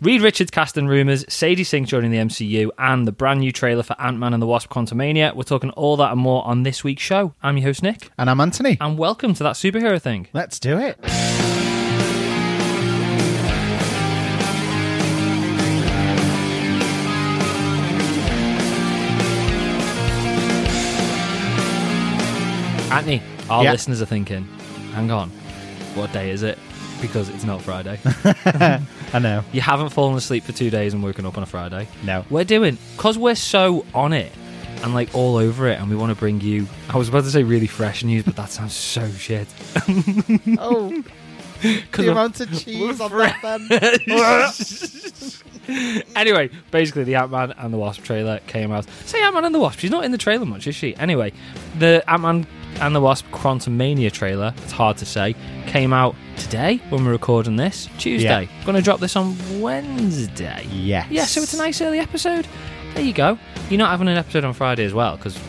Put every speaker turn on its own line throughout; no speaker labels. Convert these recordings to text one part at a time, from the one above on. Reed Richards casting rumors, Sadie Sink joining the MCU, and the brand new trailer for Ant Man and the Wasp Quantumania. We're talking all that and more on this week's show. I'm your host, Nick,
And I'm Anthony.
and welcome to that superhero thing.
Let's do it.
Anthony, our
Yeah.
listeners are thinking, hang on, what day is it? Because it's not Friday.
I know.
you haven't fallen asleep for two days and woken up on a Friday.
No.
We're doing, because we're so on it and like all over it, and we want to bring you, I was about to say really fresh news, but that sounds so shit.
Oh,
'Cause we're-
amount of cheese on that then.
anyway, basically, the Ant Man and the Wasp trailer came out. Say Ant Man and the Wasp. She's not in the trailer much, is she? Anyway, the Ant Man and the Wasp Quantum Mania trailer, it's hard to say, came out today when we're recording this, Tuesday. Going to drop this on Wednesday.
Yes.
Yeah, so it's a nice early episode. There you go. You're not having an episode on Friday as well, because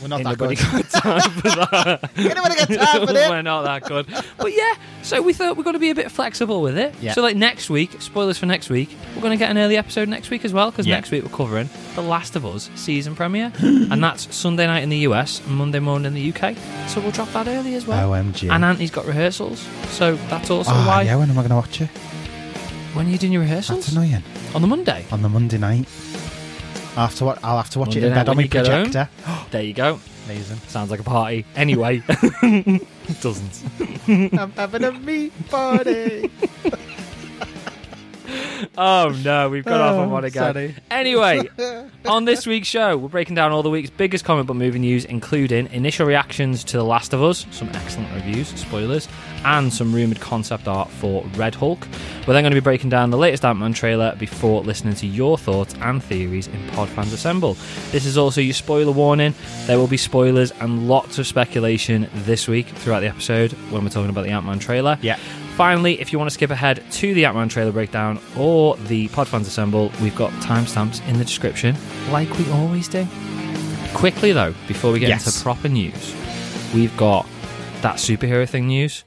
We're not that
anybody
good.
got time for that.
Anybody got time for
We're
this?
not that good. But yeah, so we thought we're going to be a bit flexible with it.
Yeah.
So, like next week, spoilers for next week, we're going to get an early episode next week as well because
Yeah.
next week we're covering The Last of Us season premiere. and that's Sunday night in the US and Monday morning in the UK. So, we'll drop that early as well.
OMG.
And Anthony's got rehearsals. So, that's also
Oh,
why.
yeah, when am I going to watch it?
When are you doing your
That's
rehearsals?
annoying.
On the Monday.
On the Monday night. I'll have to, wa- I'll have to watch it
Monday
in
night
bed on
when
my
you get home.
projector.
There you go.
Amazing.
Sounds like a party. Anyway, it doesn't.
I'm having a meat party.
Oh no, we've got off on
Oh,
one again.
sorry.
Anyway, on this week's show, we're breaking down all the week's biggest comic book movie news, including initial reactions to The Last of Us, some excellent reviews, spoilers, and some rumored concept art for Red Hulk. We're then going to be breaking down the latest Ant Man trailer before listening to your thoughts and theories in Podfans Assemble. This is also your spoiler warning. There will be spoilers and lots of speculation this week throughout the episode when we're talking about the Ant Man trailer.
Yeah.
Finally, if you want to skip ahead to the Ant-Man trailer breakdown or the Podfans Assemble, we've got timestamps in the description, like we always do. Quickly though, before we get
Yes.
into proper news, we've got that superhero thing news.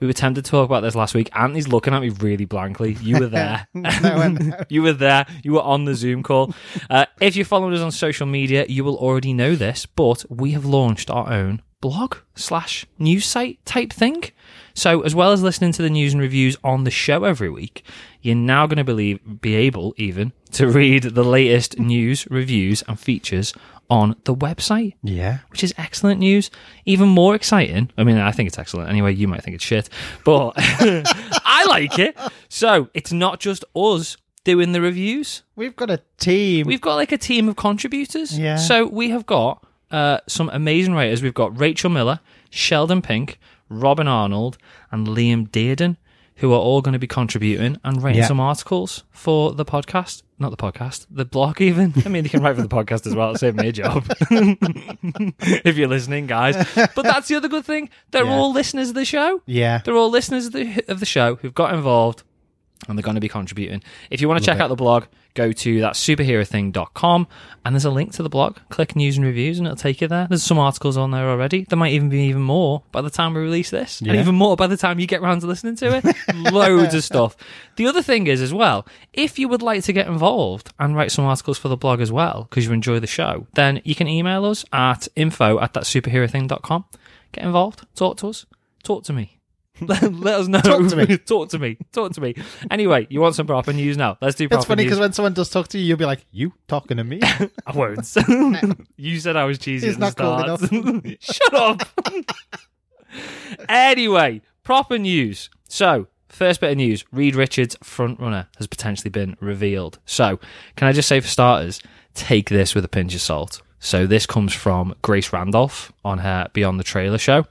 We were tempted to talk about this last week. Anthony's looking at me really blankly. You were there.
no, I know.
You were there. You were on the Zoom call. Uh, if you followed us on social media, you will already know this, but we have launched our own blog slash news site type thing. So, as well as listening to the news and reviews on the show every week, you're now going to believe be able even to read the latest news, reviews, and features on the website
Yeah.
which is excellent news. Even more exciting. I mean, I think it's excellent. Anyway, you might think it's shit, but I like it. So it's not just us doing the reviews.
We've got a team.
We've got like a team of contributors.
Yeah.
So we have got uh, some amazing writers. We've got Rachel Miller, Sheldon Pink, Robin Arnold, and Liam Dearden, who are all going to be contributing and writing
Yeah.
some articles for the podcast. Not the podcast, the blog, even. I mean, they can write for the podcast as well. It'll save me a job if you're listening, guys. But that's the other good thing. They're
Yeah.
all listeners of the show.
yeah.
They're all listeners of the, of the show who've got involved and they're going to be contributing. If you want to check out the blog, go to that superherothing.com and there's a link to the blog. Click news and reviews and it'll take you there. There's some articles on there already. There might even be even more by the time we release this and
Yeah.
even more by the time you get round to listening to it. Loads of stuff. The other thing is as well, if you would like to get involved and write some articles for the blog as well because you enjoy the show, then you can email us at info at that superherothing.com. Get involved. Talk to us. Talk to me. let, let us know.
Talk to me.
talk to me. Talk to me. Anyway, you want some proper news now? Let's do proper
It's funny
news.
because when someone does talk to you, you'll be like, "You talking to me?"
I won't. you said I was cheesy
He's
at the
not cool
start. Shut up. anyway, proper news. So, first bit of news: Reed Richards, frontrunner, has potentially been revealed. So, can I just say for starters, take this with a pinch of salt. So this comes from Grace Randolph on her Beyond the Trailer show.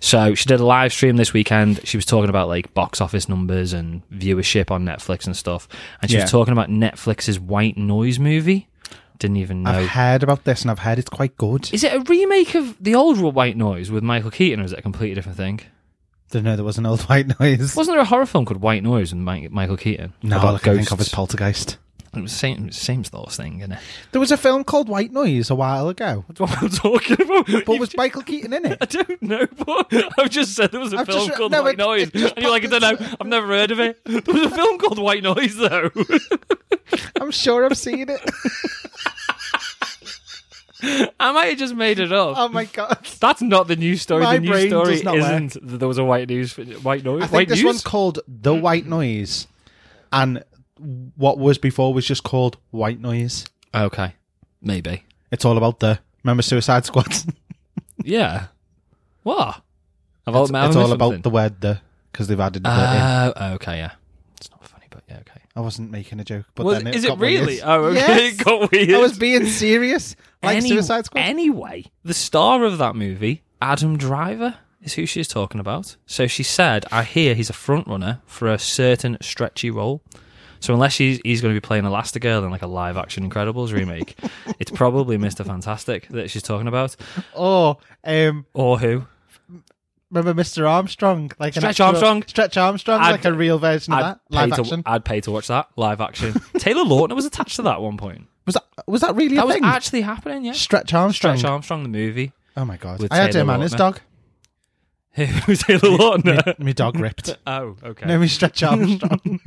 So she did a live stream this weekend. She was talking about like box office numbers and viewership on Netflix and stuff. And she
Yeah.
was talking about Netflix's White Noise movie. Didn't even know.
I've heard about this, and I've heard it's quite good.
Is it a remake of the old White Noise with Michael Keaton, or is it a completely different thing?
Didn't know there was an old white noise.
Wasn't there a horror film called White Noise with Mi- Michael Keaton?
No,
About
all I can think of
ghosts?
is Poltergeist.
It was same same sort of thing, innit?
There was a film called White Noise a while ago,
That's what I'm talking about.
but
You've
was Michael Keaton in
I
it?
don't know, but I've just said there was a
I've
film
just-
called
no,
White
it-
Noise,
it just
and you're like, I don't
popped
know, I've never heard of it. There was a film called White Noise, though.
I'm sure I've seen it.
I might have just made it up.
Oh my god!
That's not the news story.
My
the news
brain
story
does not work.
isn't that there was a white news, white noise,
I think
white
this
news.
one's called The White Noise, and what was before was just called White Noise.
okay, maybe.
It's all about the remember Suicide Squad.
Yeah. What? I've all,
it's all about the word the because they've added the in.
Uh, okay, yeah. It's not funny, but yeah, okay.
I wasn't making a joke, but
Well,
then it
is it
got
really?
weird.
Oh, okay.
Yes!
It got weird.
I was being serious, like
Any-
Suicide Squad.
Anyway, the star of that movie, Adam Driver, is who she's talking about. So she said, I hear he's a front runner for a certain stretchy role. So unless he's, he's going to be playing Elastigirl in like a live action Incredibles remake, it's probably Mr. Fantastic that she's talking about.
Oh, um,
Or who?
remember Mr. Armstrong? Like an
Stretch
actual-
Armstrong?
Stretch Armstrong,
I'd-
like a real version of that.
pay
Live
to,
action.
I'd pay to watch that. Live action. Taylor Lautner was attached to that at one point.
was that was that really
That
a
was
thing?
actually happening, yeah.
Stretch Armstrong.
Stretch Armstrong, the movie.
oh my god!
with
I had
Taylor
him and his
Lautner.
dog.
Who's Taylor Lautner?
My dog ripped.
Oh, okay.
no, me Stretch Armstrong.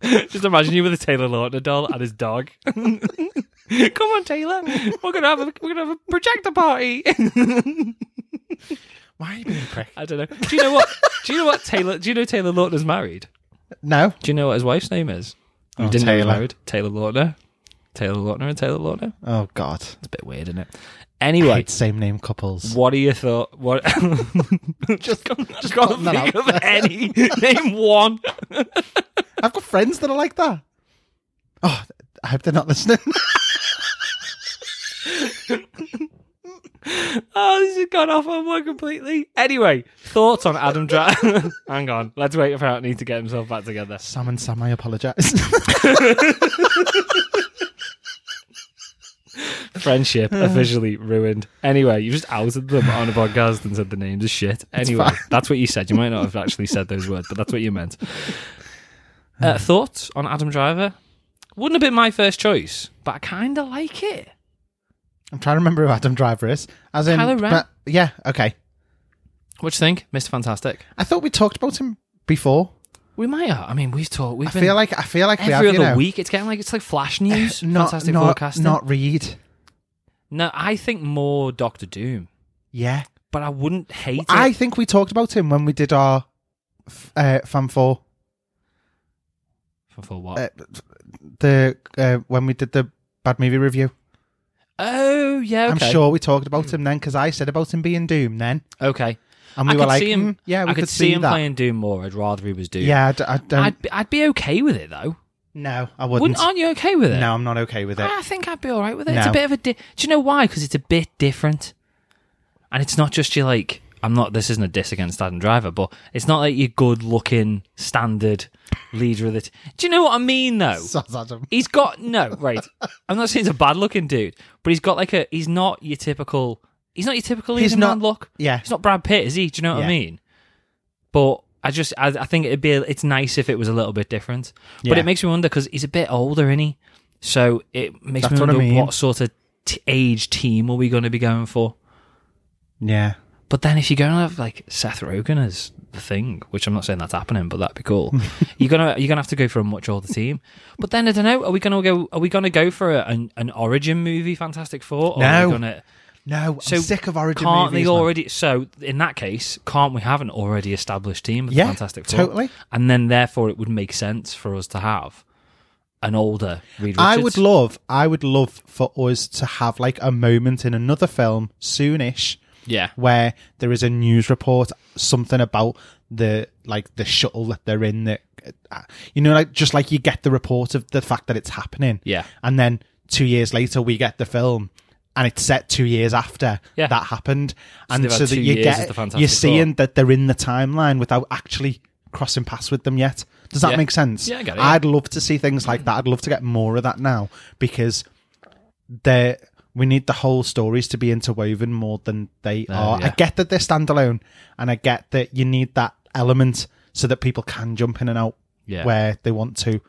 Just imagine you with a Taylor Lautner doll and his dog. Come on, Taylor. We're gonna have a we're gonna have a projector party.
Why are you being a prick?
I don't know. Do you know what? Do you know what Taylor? Do you know Taylor Lautner's married?
No.
Do you know what his wife's name is? You know
Oh,
he was
Taylor.
married. Taylor Lautner. Taylor Lautner and Taylor Lautner.
Oh god.
It's a bit weird, isn't it?
I
Anyway,
hate same name couples.
what do you thought? What? just just can't
putting that
think of
out
any. Name one.
I've got friends that are like that. Oh, I hope they're not listening.
Oh, this has gone off on one completely. Anyway, thoughts on Adam Driver? Hang on, let's wait for Anthony to get himself back together.
Sam and Sam, I apologise.
Friendship officially ruined. Anyway, you just outed them on a podcast and said the names of shit. Anyway,
fine.
that's what you said. You might not have actually said those words, but that's what you meant. Uh, thoughts on Adam Driver? Wouldn't have been my first choice, but I kind of like it.
I'm trying to remember who Adam Driver is. As in,
Kylo Ren.
but- yeah, okay.
What do you think, Mister Fantastic?
I thought we talked about him before.
We might. Have. I mean, we've talked. We've
I
been
feel like I feel like we have,
every
you
other
know,
week. It's getting like it's like flash news.
Not
Fantastic
not
forecasting.
not read.
No, I think more Doctor Doom,
Yeah,
but I wouldn't hate
I
it.
think we talked about him when we did our f- uh, fan four.
For, for what?
Uh, the uh, when we did the bad movie review,
oh yeah, okay.
I'm sure we talked about him then because I said about him being Doom then,
Okay,
and we
I
were
could
like,
see him.
"Mm, yeah, we
I could, see, him
that.
playing Doom more. I'd rather he was Doom.
Yeah, um, I, d- I don't.
I'd be, I'd be okay with it though.
no, I
Wouldn't?
wouldn't.
Aren't you okay with it?
no, I'm not okay with it.
I think I'd be all right with it. It's a
No.
bit of a. Di- Do you know why? Because it's a bit different, and it's not just you like. I'm not. This isn't a diss against Adam Driver, but it's not like your good-looking standard leader of the. T- Do you know what I mean though?
Soz Adam.
He's got no right. I'm not saying he's a bad looking dude, but he's got like a. He's not your typical. He's not your typical
He's
leading man
not-
look.
yeah.
he's not Brad Pitt, is he? Do you know what I
Yeah.
mean? But I just, I, I think it'd be. It's nice if it was a little bit different. But
Yeah.
it makes me wonder because he's a bit older, isn't he? So it makes
That's
me
what I
wonder what,
mean.
sort of t- age team are we going to be going for.
Yeah,
But then if you're going to have like Seth Rogen as the thing, which I'm not saying that's happening, but that'd be cool. you're gonna you're gonna have to go for a much older team. But then I don't know. Are we gonna go? Are we gonna go for a, an an origin movie, Fantastic Four? Or Are
No.
we gonna,
no, I'm
So
sick of origin
can't
movies.
they
man.
already? So in that case, can't we have an already established team? With the
Yeah,
Fantastic Four?
totally.
And then therefore, it would make sense for us to have an older Reed Richards.
I would love, I would love for us to have like a moment in another film soonish
yeah.
where there is a news report, something about the like the shuttle that they're in. That uh, you know, like just like you get the report of the fact that it's happening.
Yeah.
and then two years later we get the film. And it's set two years after
Yeah.
that happened, and
they've
so
had
that
two
you
years as the
get
Fantastic
you're
Four.
seeing that they're in the timeline without actually crossing paths with them yet. Does that
Yeah.
make sense?
Yeah, I get it.
I'd love to see things like that. I'd love to get more of that now because they we need the whole stories to be interwoven more than they are.
Uh, yeah.
I get that they're standalone, and I get that you need that element so that people can jump in and out
Yeah.
where they want to.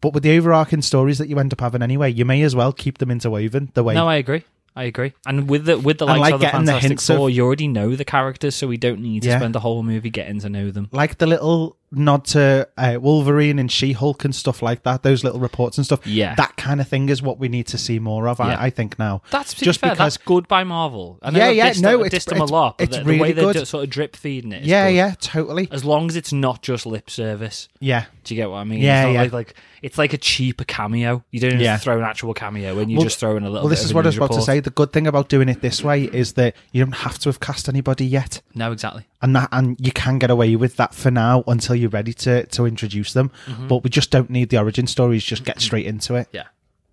But with the overarching stories that you end up having anyway, you may as well keep them interwoven the way.
No, I agree. I agree. And with the with the
And,
likes
like,
of the
getting the
Fantastic
hints of-
Four, you already know the characters, so we don't need to
Yeah.
spend the whole movie getting to know them.
like the little nod to uh, Wolverine and She Hulk and stuff like that, those little reports and stuff.
Yeah.
That kind of thing is what we need to see more of,
Yeah.
I, I think, now.
That's
Just
just fair.
because-
That's good by Marvel. I know
Yeah,
I've
yeah,
dissed-
no,
I've
it's-
dissed them a
it's-
lot. But
it's
the, the
really
way they're
good.
ju- sort of drip feeding it. is
yeah,
good. Uh,
yeah, totally.
As long as it's not just lip service.
Yeah.
Do you get what I mean?
Yeah,
it's not
yeah.
Like, like it's like a cheaper cameo. You don't have
Yeah.
to throw an actual cameo when you
Well-
just throw in a little.
Well,
bit
this
of
is
a
what I was
news
about to
report.
say. The good thing about doing it this way is that you don't have to have cast anybody yet.
No, exactly.
and that and you can get away with that for now until you're ready to to introduce them
Mm-hmm.
but we just don't need the origin stories just get straight into it
Yeah,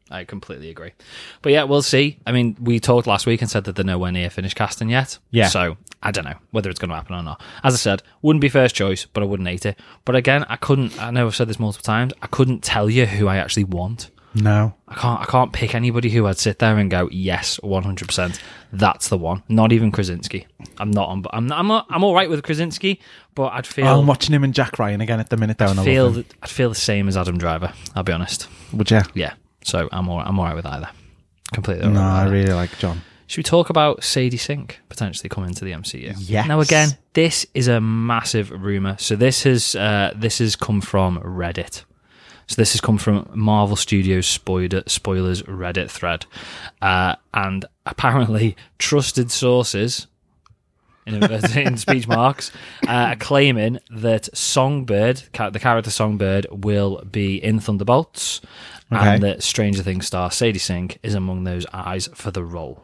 I completely agree. But yeah, we'll see. I mean, we talked last week and said that they're nowhere near finished casting yet.
Yeah.
So I don't know whether it's going to happen or not. As I said, wouldn't be first choice, but I wouldn't hate it. But again, I couldn't. I know I've said this multiple times. I couldn't tell you who I actually want.
no
I can't. I can't pick anybody who I'd sit there and go, yes, one hundred percent. That's the one. Not even Krasinski. I'm not. On, I'm. I'm. not- I'm all right with Krasinski, but I'd feel.
i'm watching him and jack ryan again at the minute though and I love
feel
him.
that I'd feel the same as Adam Driver. I'll be honest.
would you
Yeah. So I'm all. I'm all right with either. Completely. all
no
right with
i
either.
really like john
Should we talk about Sadie Sink potentially coming to the MCU?
Yes.
Now again, this is a massive rumor. So this has uh, this has come from Reddit. So this has come from Marvel Studios spoiler spoilers Reddit thread, uh, and apparently trusted sources. In, inverted- in speech marks, uh, are claiming that Songbird, ca- the character Songbird, will be in Thunderbolts,
Okay.
and that Stranger Things star Sadie Sink is among those eyes for the role.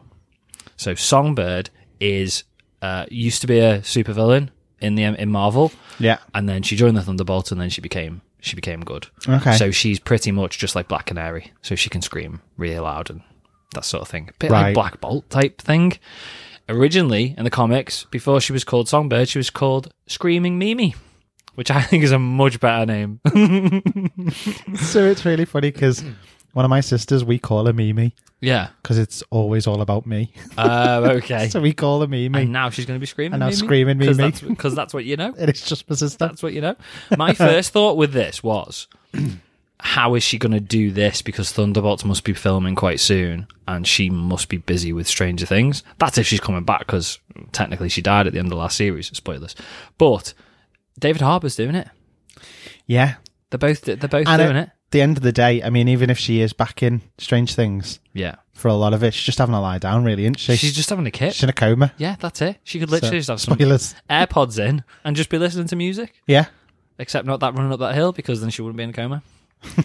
So Songbird is uh, used to be a supervillain in the in Marvel,
yeah
and then she joined the Thunderbolts, and then she became she became good.
Okay.
so she's pretty much just like Black Canary, so she can scream really loud and that sort of thing, bit like
Right.
Black Bolt type thing. Originally in the comics, before she was called Songbird, she was called Screaming Mimi, which I think is a much better name.
so it's really funny because one of my sisters we call her mimi
yeah.
because it's always all about me
Uh, okay.
so we call her mimi
and now she's going to be screaming.
And now screaming Mimi.
because that's what you know.
and it's just my sister
That's what you know. My first thought with this was, how is she going to do this? Because Thunderbolts must be filming quite soon, and she must be busy with Stranger Things. That's if she's coming back, because technically she died at the end of the last series. Spoilers, but David Harbour's doing it.
yeah
They're both they're both
and
doing
at
it.
the end of the day i mean even if she is back in strange things
Yeah,
for a lot of it she's just having a lie down really isn't she
she's just having a
she's
kit.
in a coma
Yeah, that's it. She could literally just have some
spoilers
AirPods in and just be listening to music.
yeah
Except not that running up that hill because then she wouldn't be in a coma.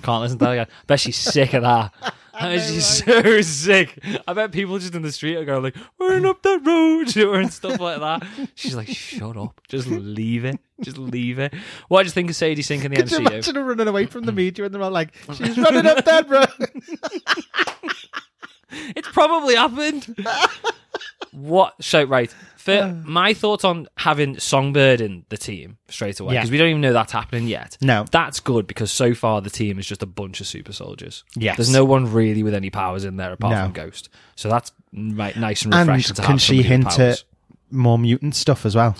Can't listen to that again. Bet she's sick of that. I bet she's so sick. I bet people just in the street are going like, "We're in up that road" or and stuff like that. She's like, "Shut up, just leave it, just leave it." What do you think of Mm. Sadie Sink in the
Could you
MCU?
imagine her running away from the media and they're all like, she's running up that road?
It's probably happened. what? So right, for my thoughts on having Songbird in the team straight away
Yeah.
because we don't even know that's happening yet.
No.
that's good because so far the team is just a bunch of super soldiers.
Yes.
there's no one really with any powers in there apart
No.
from Ghost. So that's right, nice and refreshing.
And
to
can
have
she
somebody with
hint
powers.
at more mutant stuff as well?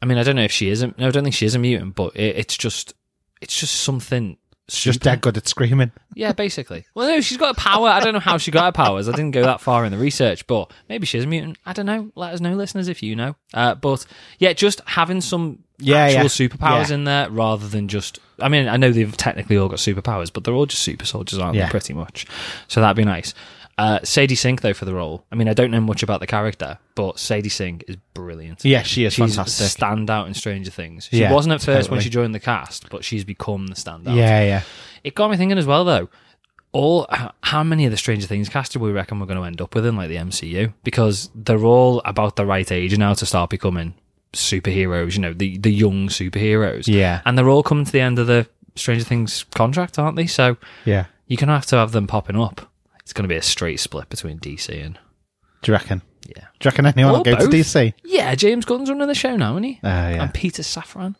I mean, I don't know if she is. A, no, I don't think she is a mutant, but it, it's just, it's just something.
Just
super-
dead good at screaming.
Yeah, basically. Well, no, she's got a power. I don't know how she got her powers. I didn't go that far in the research, but maybe she's a mutant. I don't know. Let us know, listeners, if you know. Uh, but yeah, just having some
Yeah,
actual
yeah.
superpowers
Yeah.
in there rather than just. I mean, I know they've technically all got superpowers, but they're all just super soldiers, aren't
Yeah.
they? Pretty much. So that'd be nice. Uh, Sadie Sink, though, for the role. I mean, I don't know much about the character, but Sadie Sink is brilliant.
Yeah, she is
She's
fantastic.
a standout in Stranger Things. She
Yeah,
wasn't at first when
totally.
she joined the cast, but she's become the standout.
yeah, yeah.
It got me thinking as well, though. All h- how many of the Stranger Things cast do we reckon we're going to end up with in like the MCU? Because they're all about the right age now to start becoming superheroes. You know, the the young superheroes.
Yeah.
and they're all coming to the end of the Stranger Things contract, aren't they? So
Yeah.
you're going to have to have them popping up. It's going to be a straight split between DC and
Do you reckon?
yeah,
Do you reckon anyone
Or
will go
both.
to DC?
yeah. James Gunn's running the show now, isn't he?
Oh, yeah.
and Peter Safran.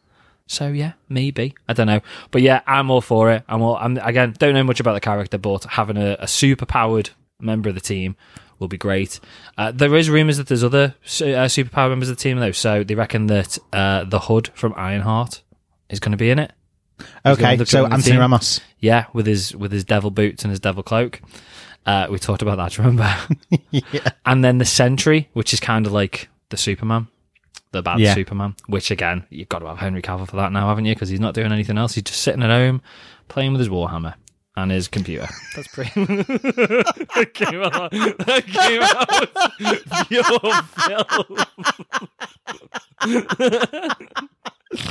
So yeah, maybe I don't know, but yeah, I'm all for it. I'm all. I'm again don't know much about the character, but having a, a super powered member of the team will be great. Uh, there is rumors that there's other su- uh, superpower members of the team though, so they reckon that uh, the Hood from Ironheart is going to be in it. He's the one
Okay,
that's
so
joining the
Anthony
team.
Ramos.
Yeah, with his with his devil boots and his devil cloak. Uh, we talked about that, do you remember? And then the Sentry, which is kind of like the Superman, the bad
Yeah.
Superman. Which again, you've got to have Henry Cavill for that now, haven't you? Because he's not doing anything else. He's just sitting at home playing with his warhammer and his computer. That's pretty. that came out. That came out. Your film.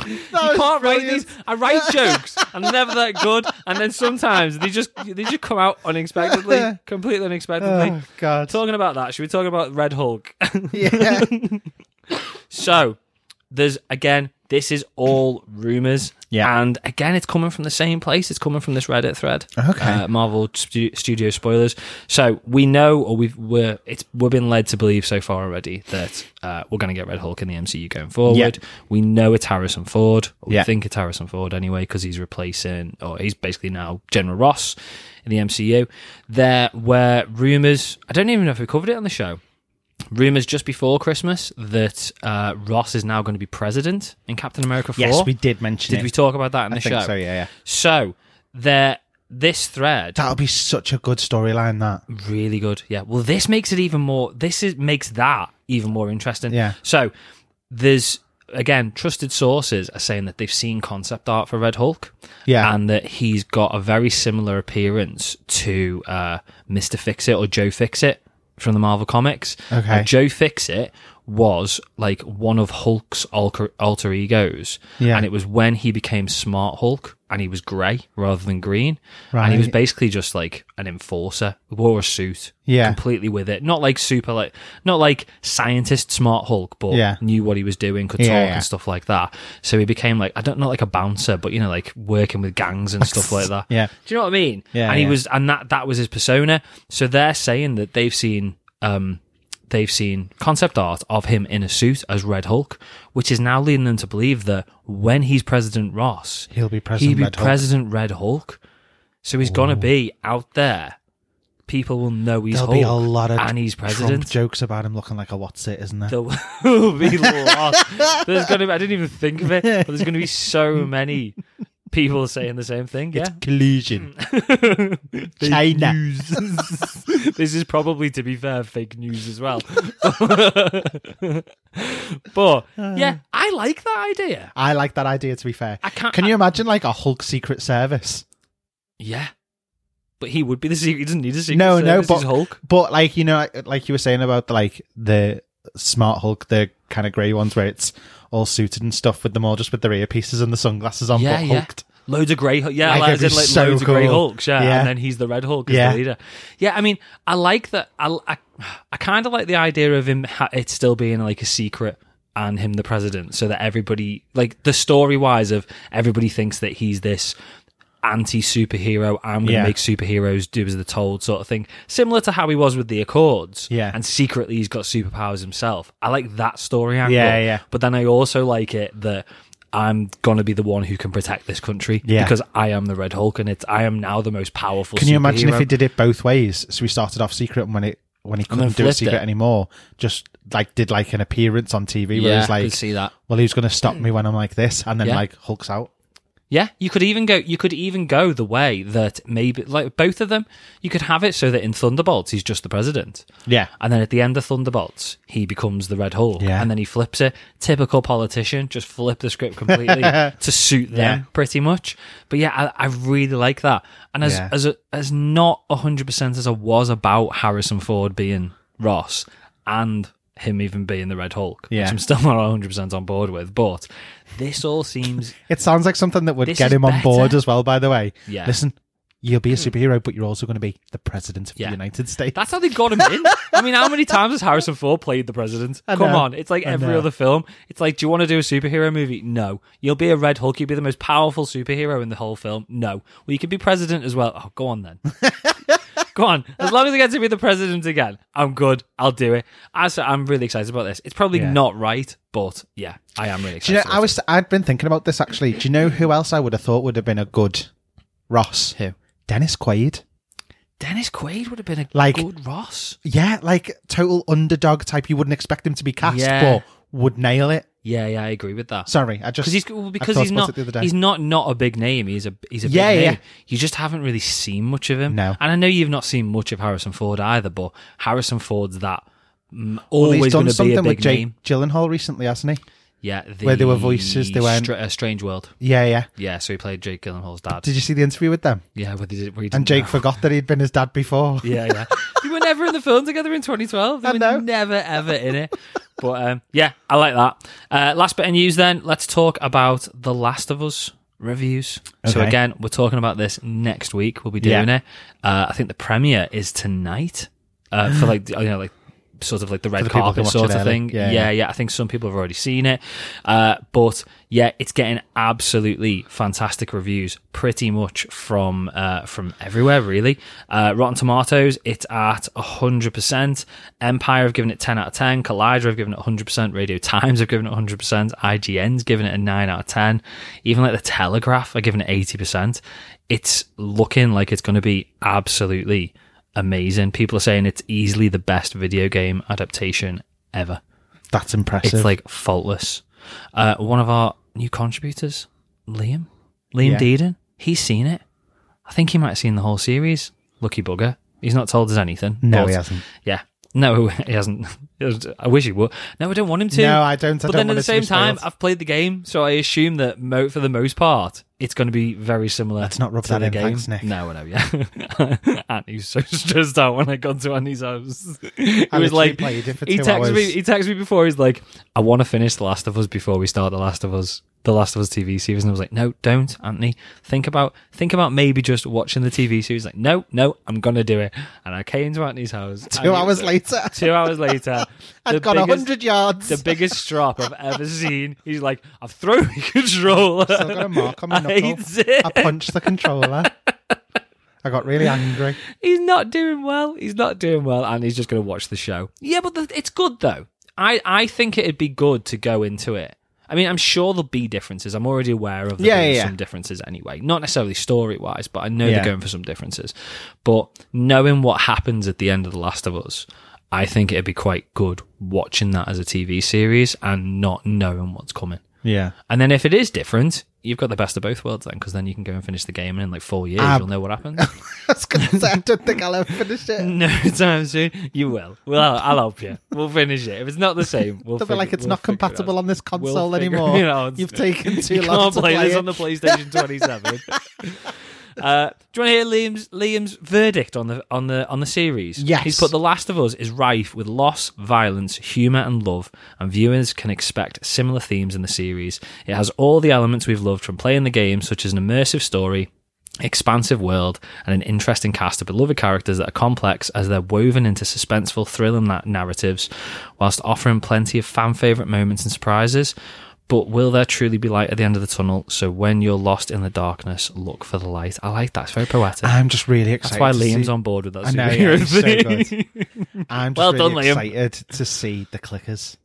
you can't write these. I write jokes, and they're never that good. And then sometimes they just they just come out unexpectedly, completely unexpectedly.
Oh God!
Talking about that, should we talk about Red Hulk?
Yeah.
so, there's again, this is all rumors.
Yeah.
And again, it's coming from the same place. It's coming from this Reddit thread.
Okay.
Uh, Marvel stu- Studio spoilers. So we know, or we've we're it's we've been led to believe so far already that uh, we're going to get Red Hulk in the MCU going forward.
Yeah.
We know it's Harrison Ford. Or We
Yeah.
think it's Harrison Ford anyway because he's replacing, or he's basically now General Ross in the MCU. There were rumors. I don't even know if we covered it on the show rumors just before Christmas that uh, Ross is now going to be president in Captain America 4.
yes, we did mention
Did
it.
we talk about that in the
I think
show?
so. Yeah, yeah.
So, there, this thread
That'll be such a good storyline. That
really good. Yeah. Well, this makes it even more. This is makes that even more interesting.
Yeah.
So there's again trusted sources are saying that they've seen concept art for Red Hulk.
Yeah.
And that he's got a very similar appearance to uh, Mister Fix It or Joe Fix It from the Marvel comics.
Okay.
Now, Joe Fix It was like one of Hulk's alter, alter egos.
Yeah.
And it was when he became Smart Hulk and he was grey rather than green. And he
Right.
was basically just like an enforcer. Wore a suit.
Yeah.
Completely with it. Not like super like not like scientist smart Hulk, but
Yeah.
knew what he was doing, could talk
yeah.
and stuff like that. So he became like I don't not like a bouncer, but you know, like working with gangs and stuff like that.
yeah.
Do you know what I mean?
Yeah,
And he
yeah.
was and that that was his persona. So they're saying that they've seen um they've seen concept art of him in a suit as Red Hulk, which is now leading them to believe that when he's President Ross,
He'll be President
he'll be
Red Hulk.
President Red Hulk. So he's gonna be out there. People will know he's
There'll
Hulk,
be a lot of
and he's
Trump
president.
jokes about him looking like a what's it, isn't there?
There will be lots. There's gonna be, I didn't even think of it, but there's gonna be so many people saying the same thing. Yeah. Mm.
collusion.
Fake
China.
news. this is probably, to be fair, fake news as well. but yeah, I like that idea.
I like that idea. To be fair,
I can't.
Uh. can you imagine like a Hulk secret service?
yeah, but he would be the secret. He doesn't need a secret.
No, no,
service,
but-
he's Hulk.
But like you know, like- like you were saying about like the smart Hulk, the kind of grey ones where it's all suited and stuff with them all just with their earpieces and the sunglasses on,
Yeah,
but
yeah.
hulked.
Loads of grey, yeah,
Like,
like,
it'd be
as in, like,
so
loads of grey
cool.
Hulks, yeah,
Yeah.
and then he's the Red Hulk as
Yeah.
the leader. Yeah, I mean, I like that. I, I, I kind of like the idea of him ha- it still being like a secret and him the president, so that everybody, like the story wise of everybody thinks that he's this anti superhero. I'm going to
Yeah.
make superheroes do as they're told, sort of thing, similar to how he was with the Accords.
Yeah.
and secretly he's got superpowers himself. I like that story angle.
Yeah, yeah.
But then I also like it that I'm gonna be the one who can protect this country
Yeah.
because I am the Red Hulk and it's I am now the most powerful.
Can you imagine
superhero.
if he did it both ways? So we started off secret, and when it when he
then
couldn't do a
flipped
secret
it.
anymore, just like did like an appearance on TV where
Yeah,
he's
I could
like,
see that.
"Well, who's going to stop me when I'm like this?" And then
Yeah.
like Hulk's out.
Yeah, you could even go. You could even go the way that maybe like both of them. You could have it so that in Thunderbolts he's just the president.
Yeah,
And then at the end of Thunderbolts, he becomes the Red Hulk.
Yeah.
And then he flips it. Typical politician, just flip the script completely to suit them, pretty much. But yeah, I, I really like that. And as
Yeah.
as a, as not hundred percent as I was about Harrison Ford being Ross and him even being the Red Hulk,
Yeah.
which I'm still not hundred percent on board with. But this all seems
It sounds like something that would
This
get
is
him on board
better.
as well, by the way.
Yeah. Hmm.
Listen, you'll be a superhero, but you're also going to be the president of
Yeah.
the United States.
That's how they got him in. I mean, how many times has Harrison Ford played the president?
I
Come
know.
on, it's like
I
every
know.
other film. It's like, do you want to do a superhero movie? No. You'll be a Red Hulk. You'll be the most powerful superhero in the whole film. No. Well, you could be president as well. Oh, go on then. go on. As long as I get to be the president again, I'm good. I'll do it. I, so I'm really excited about this. It's probably
Yeah.
not right, but yeah, I am really
Do
excited.
you know,
about
I was, I'd been thinking about this actually. Do you know who else I would have thought would have been a good Ross?
Who?
Dennis Quaid.
it. Dennis Quaid would have been a
Like-
good Ross.
Yeah, like total underdog type. You wouldn't expect him to be cast,
Yeah.
but would nail it.
Yeah, yeah, I agree with that.
Sorry, I just
Because he's well, because
I thought
he's
about
not
it the other day.
he's not not a big name. He's a he's a
Yeah,
big
yeah.
name. You just haven't really seen much of him.
No.
and I know you've not seen much of Harrison Ford either. But Harrison Ford's that mm,
Well,
always
he's
going
done
to be
something
a
with
big
Jake
name.
Gyllenhaal recently, hasn't he?
Yeah, the
where there were voices, they weren't-
Stra- uh, Strange World.
Yeah, yeah.
Yeah, so he played Jake Gyllenhaal's dad.
Did you see the interview with them?
yeah, where they did, where he
And
didn't
Jake
know.
forgot that he'd been his dad before.
Yeah, yeah. they were never in the film together in 2012. They
I
were
know.
never ever in it. But um, yeah, I like that. Uh, last bit of news then. Let's talk about The Last of Us reviews. So
Okay.
again, we're talking about this next week. We'll be doing
Yeah.
it. Uh, I think the premiere is tonight uh, for like you know like sort of like the red
the people who
carpet
watch it
sort of
early.
thing.
Yeah,
yeah,
yeah.
yeah. I think some people have already seen it. Uh, but yeah, it's getting absolutely fantastic reviews pretty much from uh, from everywhere, really. Uh, Rotten Tomatoes, it's at 100%. Empire have given it 10 out of 10. Collider have given it 100%. Radio Times have given it 100%. IGN's given it a 9 out of 10. Even like The Telegraph are giving it 80%. It's looking like it's going to be absolutely amazing. People are saying it's easily the best video game adaptation ever.
That's impressive.
It's like faultless. Uh, one of our new contributors, Liam, Liam
Yeah.
Deedon, he's seen it. I think he might have seen the whole series. Lucky bugger. He's not told us anything.
no,
but-
he hasn't.
Yeah. No, he hasn't. I wish he would. No, I don't want him to.
No, I don't. I
But then at
don't want
the
it to
same
be
time,
spoiled.
I've played the game, so I assume that mo- for the most part, it's going to be very similar. Let's
not rub
to
that
the
in,
game.
thanks, Nick.
No, I know, yeah. Annie's so stressed out when I got to Annie's house. He
I
was
literally
like,
played it for
he
two
texted me.
hours.
He texted me before. He's like, I want to finish The Last of Us before we start The Last of Us. The Last of Us TV series, and I was like, "No, don't, Anthony. Think about, think about maybe just watching the TV series." Like, no, no, I'm gonna do it. And I came to Anthony's house
Two hours later,
Two hours later, the
I'd gone
biggest-
hundred yards.
the biggest strop I've ever seen. He's like, I've thrown my controller.
Still got a mark on my
I
knuckle.
hate it.
I punched the controller. I got really angry.
He's not doing well. He's not doing well, and he's just going to watch the show. Yeah, but the, it's good though. I I think it'd be good to go into it. I mean, I'm sure there'll be differences. I'm already aware of there
Yeah,
being
yeah, yeah.
some differences anyway. Not necessarily story wise, but I know
Yeah.
they're going for some differences. But knowing what happens at the end of The Last of Us, I think it'd be quite good watching that as a TV series and not knowing what's coming.
Yeah,
And then if it is different, you've got the best of both worlds then, because then you can go and finish the game, and in like four years,
Ah.
you'll know what happened.
I was going to say I don't think I'll ever finish it.
no time soon. You will. Well, I'll, I'll help you. We'll finish it. If it's not the same, we'll.
They'll be
figure-
like, it's
we'll
not
figure it out.
compatible on this
We'll
console
figure
anymore.
it out.
You've taken too
You
long
can't
to
play
play
this
it.
on the PlayStation 27. Uh, do you want to hear Liam's Liam's verdict on the on the on the series?
Yes.
he's put The Last of Us is rife with loss, violence, humor, and love, and viewers can expect similar themes in the series. It has all the elements we've loved from playing the game, such as an immersive story. Expansive world and an interesting cast of beloved characters that are complex as they're woven into suspenseful, thrilling na- narratives, whilst offering plenty of fan favorite moments and surprises. But will there truly be light at the end of the tunnel? So when you're lost in the darkness, look for the light. I like that. It's very poetic.
I'm just really excited.
That's why
to
Liam's
see-
on board with that.
I know, yeah,
superhero
it's so
thing.
I'm just
Well
really
done, Liam.
excited to see the clickers.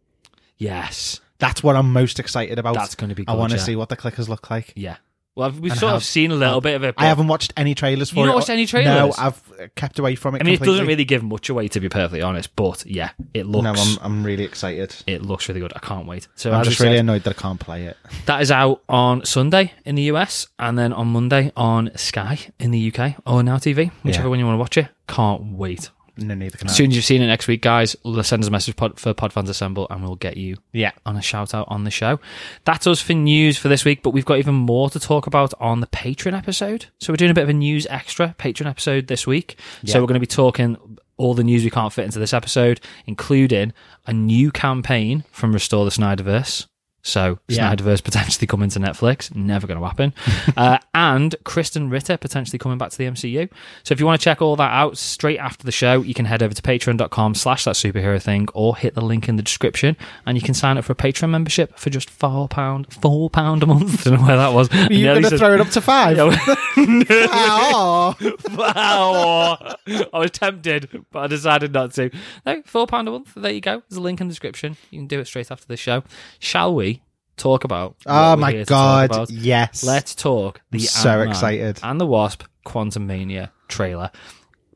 yes.
That's what I'm most excited about.
That's gonna be
I
good,
want to
yeah.
see what the clickers look like.
Yeah. Well, I've- we've
And
sort
how-
of seen a little bit of it. but-
I haven't watched any trailers for
not
it.
watched any
No,
trailers?
I've uh, kept away from it.
I mean, it
completely.
doesn't really give much away, to be perfectly honest. But yeah, it looks.
No, I'm, I'm really excited.
it looks really good. I can't wait. So
I'm
as we
just really
said,
annoyed that I can't play it.
that is out on Sunday in the US, and then on Monday on Sky in the UK or Now TV, whichever
Yeah.
one you want to watch it. Can't wait.
No, neither can I.
As soon as you've seen it next week, guys, l- send us a message pod, for Podfans Assemble, and we'll get you
Yeah.
on a shout out on the show. That's us for news for this week, but we've got even more to talk about on the Patreon episode. So we're doing a bit of a news extra Patreon episode this week. So we're going to be talking all the news we can't fit into this episode, including a new campaign from Restore the Snyderverse. So
Yeah.
Snyderverse potentially coming to Netflix, never going to happen. uh, and Kristen Ritter potentially coming back to the MCU. So if you want to check all that out straight after the show, you can head over to patreon.com slash that superhero thing or hit the link in the description and you can sign up for a Patreon membership for just £4, £4 a month. I don't know where that was.
Are you
Nelly
going to
said-
throw it up to five?
Yeah,
Oh.
wow. Oh, I was tempted, but I decided not to. No, £4 a month. There you go. There's a link in the description. You can do it straight after the show. Shall we talk about? what
Oh,
we're
my
here to talk
God.
about?
Yes.
Let's talk the
so
Ant-Man
excited.
and the Wasp Quantum Mania trailer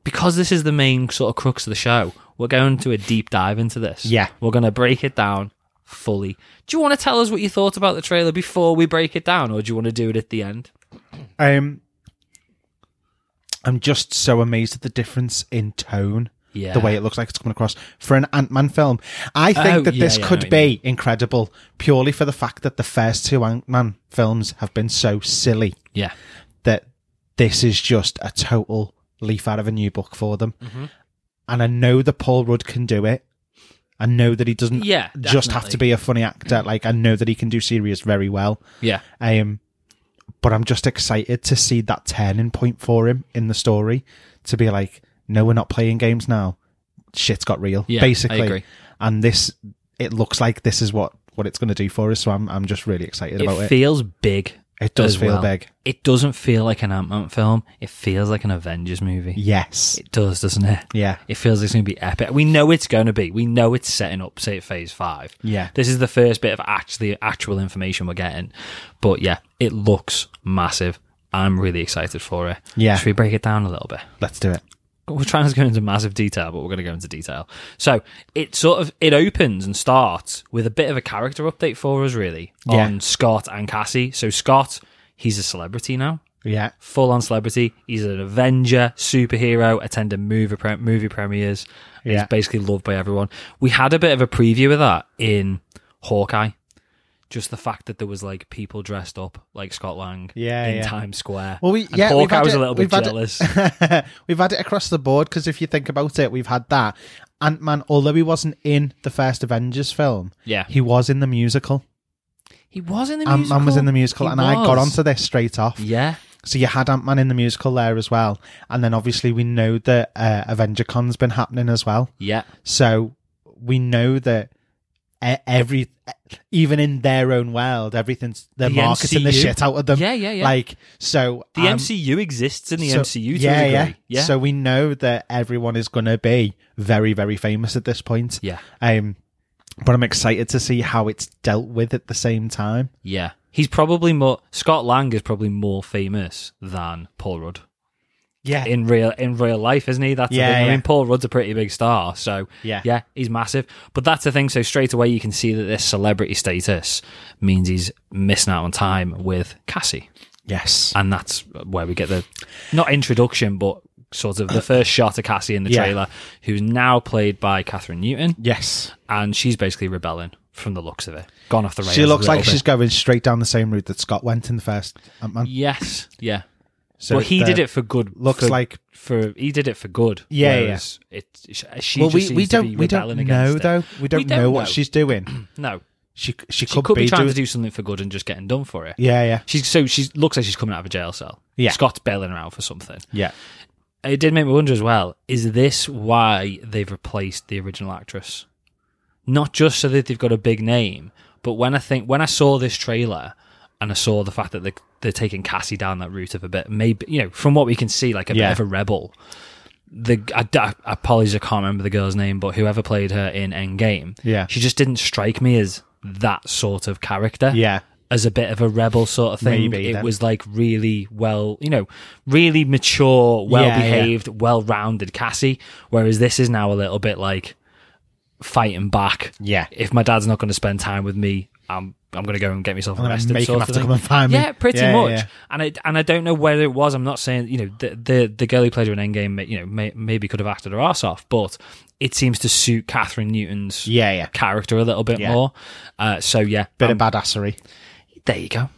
because this is the main sort of crux of the show. We're going to a deep dive into this.
Yeah.
we're going to break it down fully. Do you want to tell us what you thought about the trailer before we break it down, or do you want to do it at the end?
Um, I'm just so amazed at the difference in tone.
Yeah.
The way it looks like it's coming across for an Ant Man film. I think
Oh,
that
yeah,
this
yeah, I know
could
what you
be incredible purely for the fact that the first two Ant Man films have been so silly
Yeah.
that this is just a total leaf out of a new book for them.
Mm-hmm.
And I know that Paul Rudd can do it. I know that he doesn't
Yeah,
just have
definitely.
to be a funny actor. Like I know that he can do serious very well.
Yeah.
Um, but I'm just excited to see that turning point for him in the story to be like, no, we're not playing games now. Shit's got real,
Yeah, I
basically.
agree.
And this, it looks like this is what what it's going to do for us. So I'm I'm just really excited about
It
it.
feels big.
It does
as
feel
well.
big.
It doesn't feel like an Ant Man film. It feels like an Avengers movie.
Yes.
It does, doesn't it?
Yeah.
It feels like it's going to be epic. We know it's going to be. We know it's setting up, say, phase five.
Yeah.
This is the first bit of actually actual information we're getting. But yeah, it looks massive. I'm really excited for it.
Yeah.
Should we break it down a little bit?
Let's do it.
we're trying to go into massive detail, but we're going to go into detail. So it sort of it opens and starts with a bit of a character update for us, really,
Yeah.
on Scott and Cassie. So Scott, he's a celebrity now,
Yeah.
full on celebrity. He's an Avenger superhero, attending movie pre- movie premieres.
Yeah.
He's basically loved by everyone. We had a bit of a preview of that in Hawkeye. Just the fact that there was like people dressed up like Scott Lang
Yeah,
in
yeah.
Times Square.
Well, we-
And
yeah, we've
Hawkeye
had
was
it-
a little bit
we've had it-
jealous.
we've had it across the board because if you think about it, we've had that. Ant Man, although he wasn't in the first Avengers film,
Yeah.
he was in the musical.
He was in the
Ant
musical.
Man Um, was in the musical,
He
and I got
was.
onto this straight off.
Yeah.
So you had Ant Man in the musical there as well, and then obviously we know that uh, Avenger Con's been happening as well.
Yeah.
So we know that e- every, even in their own world, everything's they're
The
marketing the
MCU.
shit out of them.
Yeah, yeah, yeah.
Um, Like so,
The
I'm-
MCU exists in the
so-
MCU to
yeah,
a
yeah,
degree. Yeah.
So we know that everyone is going to be very, very famous at this point.
yeah.
Um, but I'm excited to see how it's dealt with at the same time.
Yeah. He's probably more Scott Lang is probably more famous than Paul Rudd.
Yeah,
In real in real life, isn't he? That's the
Yeah,
thing. I
yeah.
mean Paul Rudd's a pretty big star, so
Yeah.
yeah, he's massive. But that's the thing, so straight away you can see that this celebrity status means he's missing out on time with Cassie.
yes,
and that's where we get the not introduction but sort of the first shot of Cassie in the
Yeah.
trailer who's now played by Catherine Newton
yes.
and she's basically rebelling from the looks of it gone off the rails
She looks
a little
like
bit.
she's going straight down the same route that Scott went in the first Ant Man.
yes yeah
So uh,
well he
the-
did it for good
Looks
for-
like
for he did it for good
Yeah, yeah.
whereas it sh- she
well,
just
we,
seems
we
to
don't
be
we don't
rebelling
know
against it.
though. We don't,
don't
know what
know.
she's doing.
no
She she,
she could be trying
doing,
to do something for good and just getting done for it
yeah yeah
she's so she looks like she's coming out of a jail cell
Yeah.
Scott's bailing her out for something
yeah
it did make me wonder as well is this why they've replaced the original actress not just so that they've got a big name but when i think when i saw this trailer and i saw the fact that they, they're taking cassie down that route of a bit maybe you know from what we can see like a
Yeah.
bit of a rebel the I, I, apologies i can't remember the girl's name but whoever played her in endgame
Yeah.
she just didn't strike me as that sort of character
yeah
as a bit of a rebel sort of thing.
Maybe,
it
then.
was like really well, you know, really mature, well behaved, well rounded Cassie. Whereas this is now a little bit like fighting back.
yeah.
If my dad's not going to spend time with me, I'm I'm going to go and get myself
I'm gonna
arrested.
make him
sort
have
of
to
thing.
come and find me.
Yeah, pretty
Yeah,
much.
yeah.
And I and I don't know whether it was. I'm not saying you know the the, the girl who played her in Endgame, you know, may, maybe could have acted her ass off, but it seems to suit Catherine Newton's
Yeah yeah.
character a little bit
Yeah.
more. Uh, so yeah,
Bit
I'm-
of badassery.
there you go.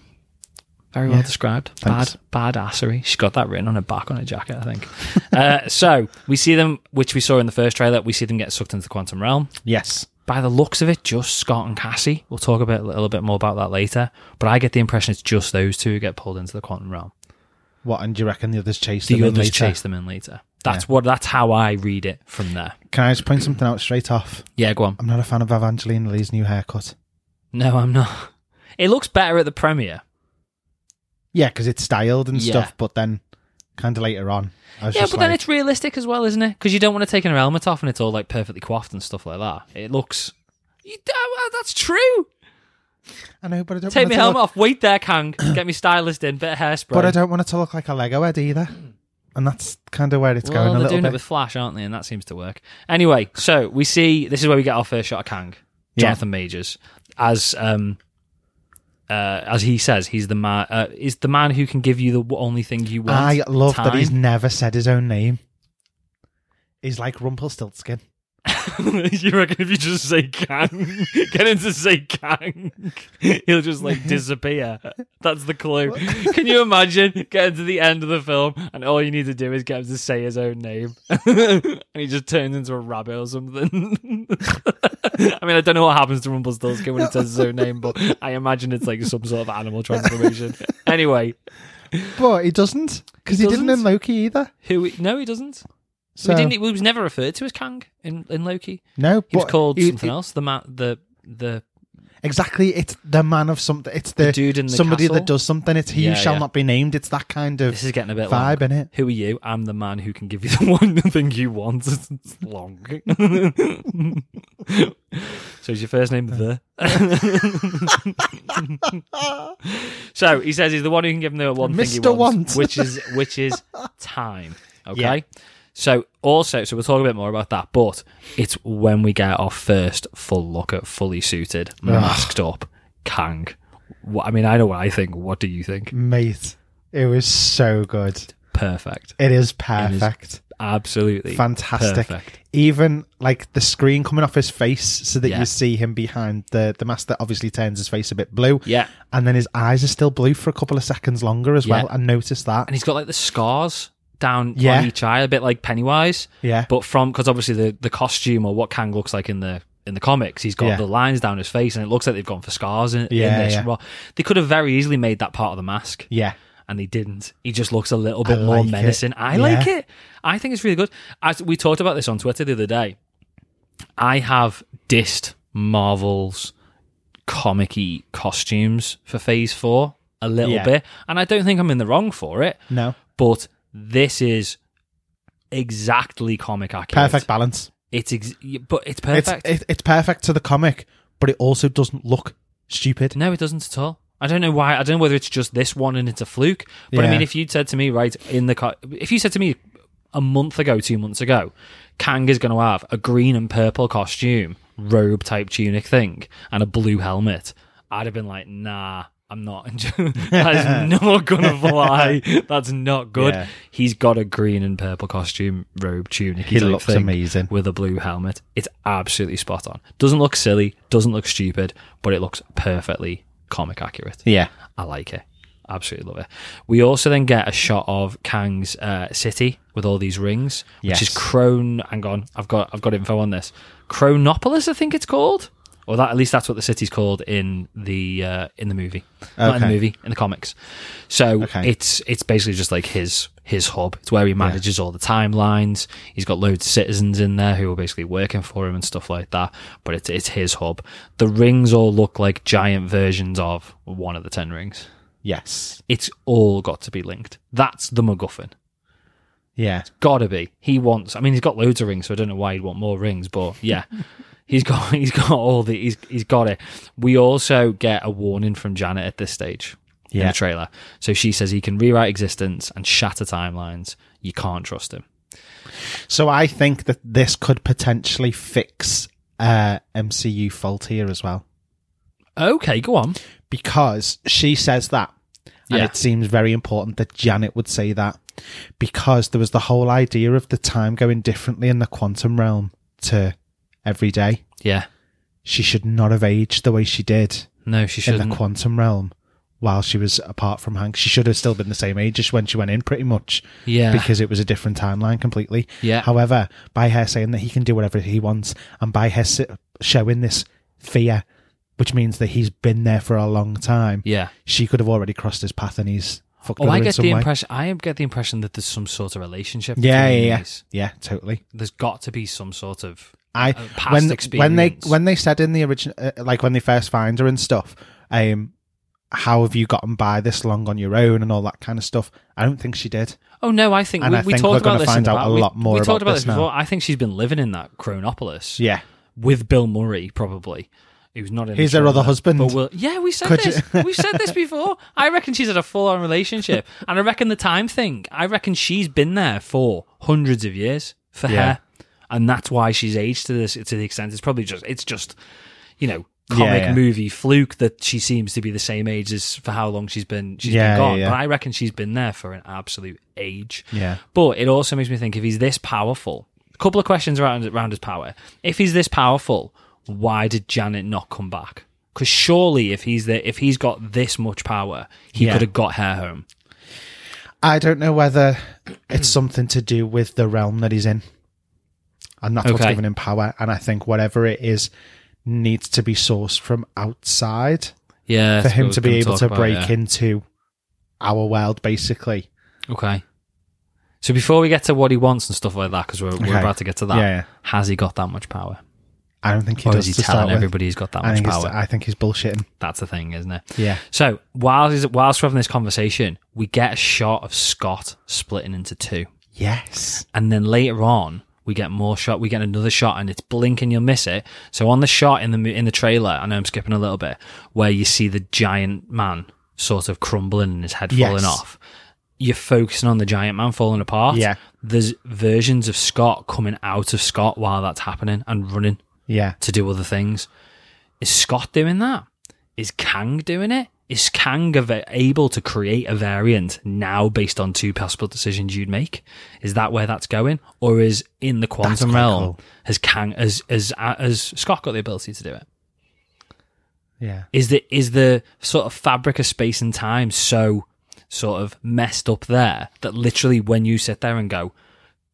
Very well described.
Thanks.
Bad, bad assery. She's got that written on her back on her jacket, I think. uh, so we see them, which we saw in the first trailer. We see them get sucked into the quantum realm.
Yes.
By the looks of it, just Scott and Cassie. We'll talk about a little bit more about that later. But I get the impression it's just those two who get pulled into the quantum realm.
What and do you reckon the others chase?
The
them in
others
later?
chase them in later. That's what. That's how I read it from there.
Can I just point something out straight off?
Yeah, go on.
I'm not a fan of Evangeline Lee's new haircut.
No, I'm not. It looks better at the premiere.
Yeah, because it's styled and
Yeah.
stuff, but then kind of later on, I was
Yeah,
just
but then
like,
it's realistic as well, isn't it? Because you don't want to take an helmet off and it's all like perfectly coiffed and stuff like that. It looks. You,
uh,
ah, that's true.
I know, but I don't
Take
want
my
it to
helmet
look,
off. Wait there, Kang. Get me stylist in. Bit of hairspray.
but I don't want it to look like a Lego head either,
Hmm.
and that's kind of where it's
well,
going a
they're
little
doing
bit.
it with Flash, aren't they? And that seems to work. Anyway, so we see this is where we get our first shot of Kang,
Yeah.
Jonathan Majors. as um, uh, as he says, he's the man. Uh, is the man who can give you the w- only thing you want.
I love that
time.
he's never said his own name. He's like Rumpelstiltskin.
you reckon if you just say Kang, get him to say Kang, he'll just like disappear. That's the clue. Can you imagine getting to the end of the film and all you need to do is get him to say his own name? and he just turns into a rabbit or something. I mean, I don't know what happens to Rumpelstiltskin when he says his own name, but I imagine it's like some sort of animal transformation. anyway,
But he doesn't, because
He
he, didn't in
doesn't?
Loki either.
who? No, he doesn't.
So
We didn't. He was never referred to as Kang in, in Loki.
no,
He was
but
called
he-
something
he-
else. The man. The the
Exactly, it's the man of something. It's the,
dude in the
somebody
castle?
that does something. It's he
Yeah,
who shall
yeah.
not be named. It's that kind of
This is getting a bit long.
vibe in it.
Who are you? I'm the man who can give you the one thing you want. It's long. so is your first name the? so he says he's the one who can give him the one thing he
Mr.
wants,
Want.
which is which is time. Okay.
Yeah.
So also, so we'll talk a bit more about that, but it's when we get our first full look at fully suited, masked up Kang. What, I mean, I know what I think. What do you think?
Mate, it was so good.
Perfect.
It is perfect.
Absolutely
Fantastic.
perfect.
Even like the screen coming off his face so that
Yeah.
you see him behind the, the mask that obviously turns his face a bit blue.
Yeah,
And then his eyes are still blue for a couple of seconds longer as
Yeah.
well. I noticed that.
and he's got like the scars down
Yeah.
on each eye, a bit like Pennywise.
yeah.
But from because obviously the the costume or what Kang looks like in the in the comics, he's got
Yeah.
the lines down his face, and it looks like they've gone for scars in, in
Yeah,
this.
yeah.
Well, They could have very easily made that part of the mask,
yeah.
and they didn't. He just looks a little bit
I
more
like it.
menacing. I
Yeah.
like it. I think it's really good. As we talked about this on Twitter the other day, I have dissed Marvel's comic-y costumes for Phase Four a little
Yeah.
bit, and I don't think I'm in the wrong for it.
No.
But this is exactly comic accurate.
Perfect balance.
It's ex- but it's
It's,
perfect.
it, it's perfect to the comic, but it also doesn't look stupid.
No, it doesn't at all. I don't know why. I don't know whether it's just this one and it's a fluke. But I
Yeah.
mean, if you'd said to me, right, in the co- if you said to me a month ago, two months ago, Kang is going to have a green and purple costume, robe type tunic thing, and a blue helmet, I'd have been like, nah. I'm not. That's not gonna fly. That's not good.
Yeah.
He's got a green and purple costume, robe, tunic.
He
type
looks
thing
amazing.
with a blue helmet. It's absolutely spot on. Doesn't look silly, doesn't look stupid, but it looks perfectly comic accurate.
Yeah.
I like it. Absolutely love it. We also then get a shot of Kang's uh, city with all these rings, which
Yes.
is Crone. Hang on, I've got I've got info on this. Cronopolis, I think it's called, or that at least that's what the city's called in the uh, in the movie, not in the
Okay.
movie, in the comics. So
Okay.
it's it's basically just like his his hub. It's where he manages all the timelines. He's got loads of citizens in there who are basically working for him and stuff like that. But it's it's his hub. The rings all look like giant versions of one of the ten rings.
Yes.
It's all got to be linked. That's the MacGuffin.
Yeah.
Gotta be. He wants. I mean, he's got loads of rings, so I don't know why he'd want more rings. But yeah, he's got he's got all the he's he's got it. We also get a warning from Janet at this stage in
Yeah.
the trailer. So she says he can rewrite existence and shatter timelines. You can't trust him.
So I think that this could potentially fix uh, MCU fault here as well.
Okay, go on.
because she says that. And
Yeah.
it seems very important that Janet would say that because there was the whole idea of the time going differently in the quantum realm to every day.
Yeah.
She should not have aged the way she did
No, she
in
shouldn't.
the quantum realm while she was apart from Hank. She should have still been the same age as when she went in, pretty much,
yeah.
because it was a different timeline completely.
Yeah.
However, by her saying that he can do whatever he wants, and by her si- showing this fear, which means that he's been there for a long time,
yeah.
she could have already crossed his path and he's fucked
Oh,
her
I
in
get
some
the
way.
impression. I get the impression that there's some sort of relationship.
yeah,
between
yeah, yeah,
these.
yeah, totally.
There's got to be some sort of.
I
Uh, past
when when they
experience.
when they said in the original, uh, like when they first find her and stuff, um, how have you gotten by this long on your own and all that kind of stuff? I don't think she did.
Oh no, I think
And
we,
I
we
think
talked
we're
about
gonna
this.
find
in the
out a
ba- we-
lot more
we talked
about
about this
this now.
before. I think she's been living in that Chronopolis
Yeah,
with Bill Murray, probably. Who's not in?
He's
the
her other
trailer.
husband.
But we'll, yeah, we said
Could
this.
you-
We've said this before. I reckon she's had a full-on relationship, and I reckon the time thing. I reckon she's been there for hundreds of years for
Yeah.
her, and that's why she's aged to this to the extent. It's probably just it's just you know comic
Yeah, yeah.
movie fluke that she seems to be the same age as for how long she's been she's
Yeah,
been gone.
yeah, yeah.
But I reckon she's been there for an absolute age.
Yeah.
But it also makes me think if he's this powerful, a couple of questions around around his power. If he's this powerful, why did Janet not come back? Because surely, if he's the, if he's got this much power, he
Yeah.
could have got her home.
I don't know whether it's something to do with the realm that he's in. And that's what's
Okay.
giving him power. And I think whatever it is needs to be sourced from outside
Yeah,
for him to be able to break into our world, basically.
Okay. So before we get to what he wants and stuff like that, because we're, we're
Okay.
about to get to that,
Yeah, yeah.
has he got that much power?
I don't think he
Or
does
is he
to start
telling
with.
everybody he's got that
I
much
think, he's,
power?
I think he's bullshitting.
That's the thing, isn't it?
Yeah.
So while he's, whilst we're having this conversation, we get a shot of Scott splitting into two.
Yes.
And then later on, we get more shot. We get another shot, and it's blink and you'll miss it. So on the shot in the mo- in the trailer, I know I'm skipping a little bit, where you see the giant man sort of crumbling and his head
Yes.
falling off. You're focusing on the giant man falling apart.
Yeah.
There's versions of Scott coming out of Scott while that's happening and running
Yeah.
to do other things. Is Scott doing that? Is Kang doing it? Is Kang av- able to create a variant now based on two possible decisions you'd make? Is that where that's going, or is in the quantum
quite
realm
cool.
has Kang as as as Scott got the ability to do it?
Yeah.
Is the is the sort of fabric of space and time so sort of messed up there that literally when you sit there and go,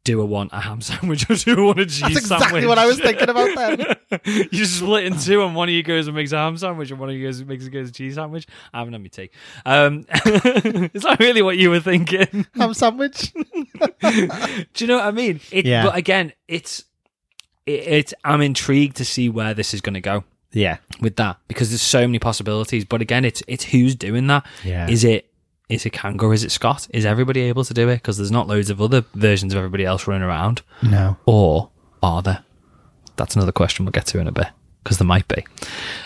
do I want a ham sandwich or do I want a cheese
That's exactly
sandwich?
what I was thinking about then.
you split in two, and one of you goes and makes a ham sandwich, and one of you goes and makes goes a cheese sandwich. I haven't had my tea. Um, is that really what you were thinking?
Ham sandwich.
Do you know what I mean? It,
Yeah.
But again, it's it, it's. I'm intrigued to see where this is going to go
Yeah.
with that because there's so many possibilities. But again, it's it's who's doing that.
Yeah.
Is it is it Kang or is it Scott? Is everybody able to do it? Because there's not loads of other versions of everybody else running around
No.
or are there? That's another question we'll get to in a bit because there might be.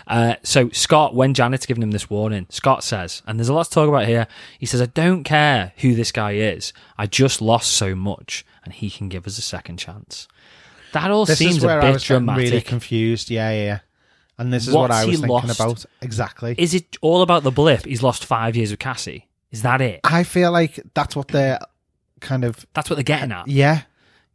Uh, so Scott, when Janet's giving him this warning, Scott says, and there's a lot to talk about here. He says, "I don't care who this guy is. I just lost so much, and he can give us a second chance." That all
This
seems
is where
a
I
bit
was getting
dramatic.
really confused. Yeah, yeah, yeah. And this is what
What's
I
he
was thinking
lost?
about. Exactly.
is it all about the blip? He's lost five years with Cassie. Is that it?
I feel like that's what they're kind of
That's what they're getting at.
yeah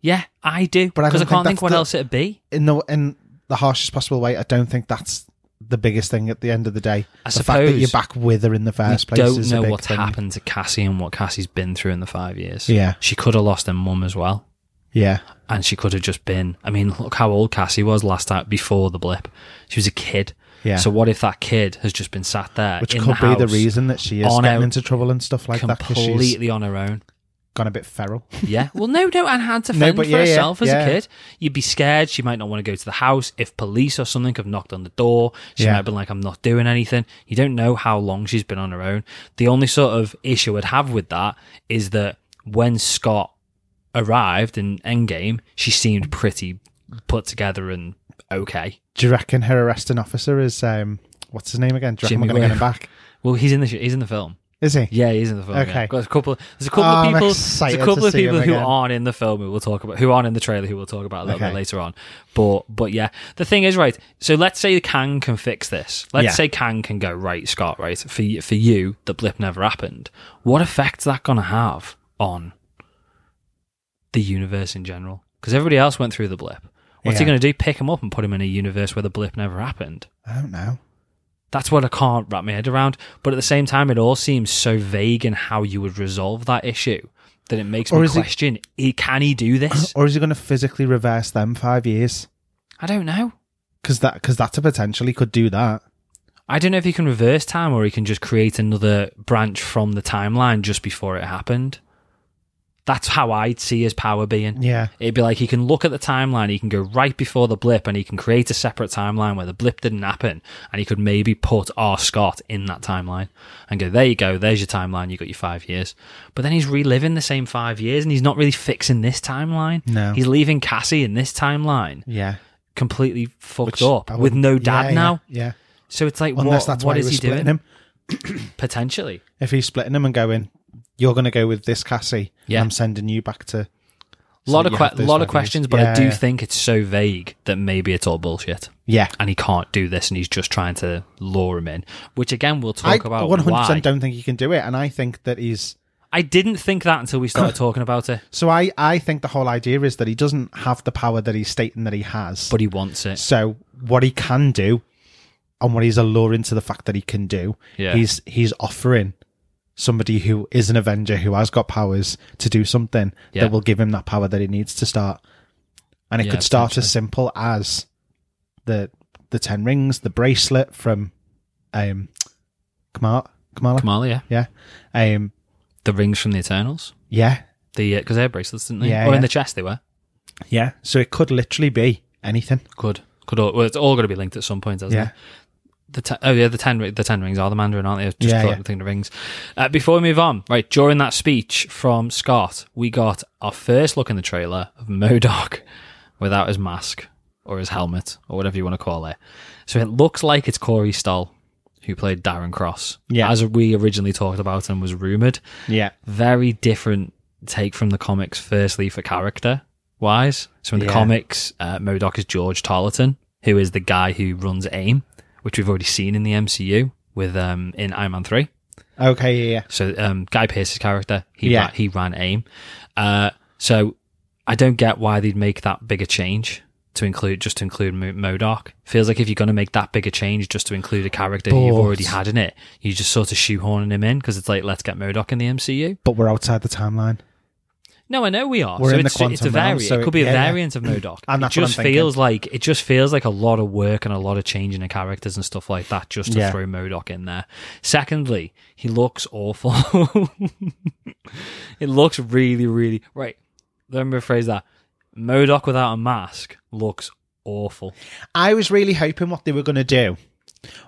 Yeah, I do.
But I
Because I,
don't think
can't think
that's
what
the-
else it'd be.
in the in the harshest possible way. I don't think that's the biggest thing at the end of the day.
I
the fact that
suppose
you're back with her in the
We
first place
don't
is
know
a big
what's
thing.
happened to Cassie and what Cassie's been through in the five years.
Yeah,
She could have lost her mum as well.
yeah,
And she could have just been. I mean, look how old Cassie was last time before the blip. She was a kid.
yeah.
So what if that kid has just been sat there,
Which
in
could
the house,
be the reason that she is
on
getting
out
into trouble and stuff like that because she's
completely on her own?
gone a bit feral.
Yeah. Well, no, no, and had to
No,
fend
but
for
yeah, yeah,
herself as
yeah.
a kid. You'd be scared. She might not want to go to the house if police or something have knocked on the door. She
Yeah.
might have been like, "I'm not doing anything." You don't know how long she's been on her own. The only sort of issue I'd have with that is that when Scott arrived in Endgame, she seemed pretty put together and okay.
Do you reckon her arresting officer is um what's his name again? Do you reckon
Jimmy
we're going to get him
Wales.
back?
Well, he's in the sh- he's in the film.
Is he?
Yeah, he's in the film. yeah.
Okay.
There's a couple. There's a couple
Oh,
of
I'm
people. There's
excited
a couple
to
of
see
people
him
who
again.
aren't in the film. Who we'll talk about. Who aren't in the trailer. Who we'll talk about a little bit
Okay.
later on. But but yeah, the thing is right. So let's say Kang can fix this. Let's
Yeah.
say Kang can go right, Scott. Right for y- for you, the blip never happened. What effect's that gonna have on the universe in general? Because everybody else went through the blip. What's he
Yeah.
gonna do? Pick him up and put him in a universe where the blip never happened.
I don't know.
That's what I can't wrap my head around. But at the same time, it all seems so vague in how you would resolve that issue that it makes
Or
me
is it-
question: i- Can he do this?
Or is he going to physically reverse them five years?
I don't know.
Because that because that's a potential he could do that.
I don't know if he can reverse time or he can just create another branch from the timeline just before it happened. That's how I'd see his power being.
Yeah,
It'd be like he can look at the timeline, he can go right before the blip, and he can create a separate timeline where the blip didn't happen, and he could maybe put R. Scott in that timeline and go, there you go, there's your timeline, you got your five years. But then he's reliving the same five years, and he's not really fixing this timeline.
No.
He's leaving Cassie in this timeline
yeah.
completely fucked
Which
up
I
with
wouldn't-
no dad
yeah, yeah,
now.
Yeah,
So it's like,
unless
what,
that's
what
why
is
he was
he
splitting
doing?
him.
Potentially.
If he's splitting him and going, you're going to go with this Cassie.
Yeah.
I'm sending you back to A
lot of que- lot of questions, but I do think it's so vague that maybe it's all bullshit.
Yeah.
and he can't do this, and he's just trying to lure him in. Which again, we'll
I
talk about.
100
why.
percent don't think he can do it, and I think that he's.
I didn't think that until we started talking about it,
So I, I think the whole idea is that he doesn't have the power that he's stating that he has.
but he wants it.
so what he can do, and what he's alluring to the fact that he can do,
Yeah.
he's he's offering somebody who is an Avenger who has got powers to do something
Yeah.
that will give him that power that he needs to start. And it
Yeah,
could start as simple as the the ten rings, the bracelet from um Kamala. Kamala.
Kamala, yeah,
Yeah. Um
the rings from the Eternals,
yeah.
the because they had bracelets, didn't they?
Yeah,
or
yeah.
in the chest they were.
Yeah. So it could literally be anything.
Could could all, well, it's all got to be linked at some point, hasn't
Yeah.
it? The te- oh yeah, the ten ri- the ten rings are the Mandarin, aren't they? I've Just
Yeah,
thought
yeah.
the thing the rings. Uh, before we move on, right during that speech from Scott, we got our first look in the trailer of Modoc without his mask or his helmet or whatever you want to call it. So it looks like it's Corey Stoll who played Darren Cross,
Yeah.
as we originally talked about and was rumored.
Yeah.
Very different take from the comics. Firstly, for character wise, so in the
Yeah.
comics, uh, Modoc is George Tarleton, who is the guy who runs AIM, which we've already seen in the MCU with um in Iron Man three.
Okay, yeah, yeah.
So um, Guy Pearce's character, he
Yeah.
ra- he ran AIM. Uh, so I don't get why they'd make that bigger change to include just to include Mo- Modoc. Feels like if you're going to make that bigger change just to include a character who you've
But-
already had in it, you just sort of shoehorning him in because it's like let's get Modoc in the MCU.
But we're outside the timeline.
No, I know we are.
We're
so
in the
it's, it's a
quantum realm,
variant.
so
it
it-
could be a
yeah, yeah.
variant of Modoc. it
And that's what I'm
just
thinking.
feels like it just feels like a lot of work and a lot of changing of characters and stuff like that just to
Yeah.
throw Modoc in there. Secondly, he looks awful. it looks really, really right. Let me rephrase that. Modoc without a mask looks awful.
I was really hoping what they were going to do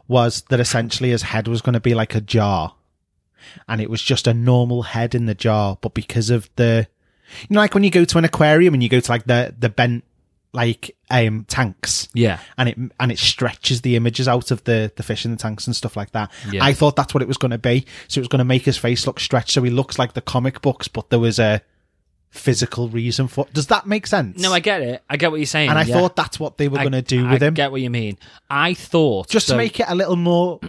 was that essentially his head was going to be like a jar, and it was just a normal head in the jar. But because of the, you know, like when you go to an aquarium and you go to like the the bent like um tanks,
Yeah.
and it and it stretches the images out of the the fish in the tanks and stuff like that.
Yeah.
I thought that's what it was going to be. So it was going to make his face look stretched, so he looks like the comic books, but there was a physical reason for. Does that make sense?
No, I get it. I get what you're saying.
and I
yeah.
thought that's what they were
I-
going to do with
I
him.
get what you mean. I thought
just
so-
to make it a little more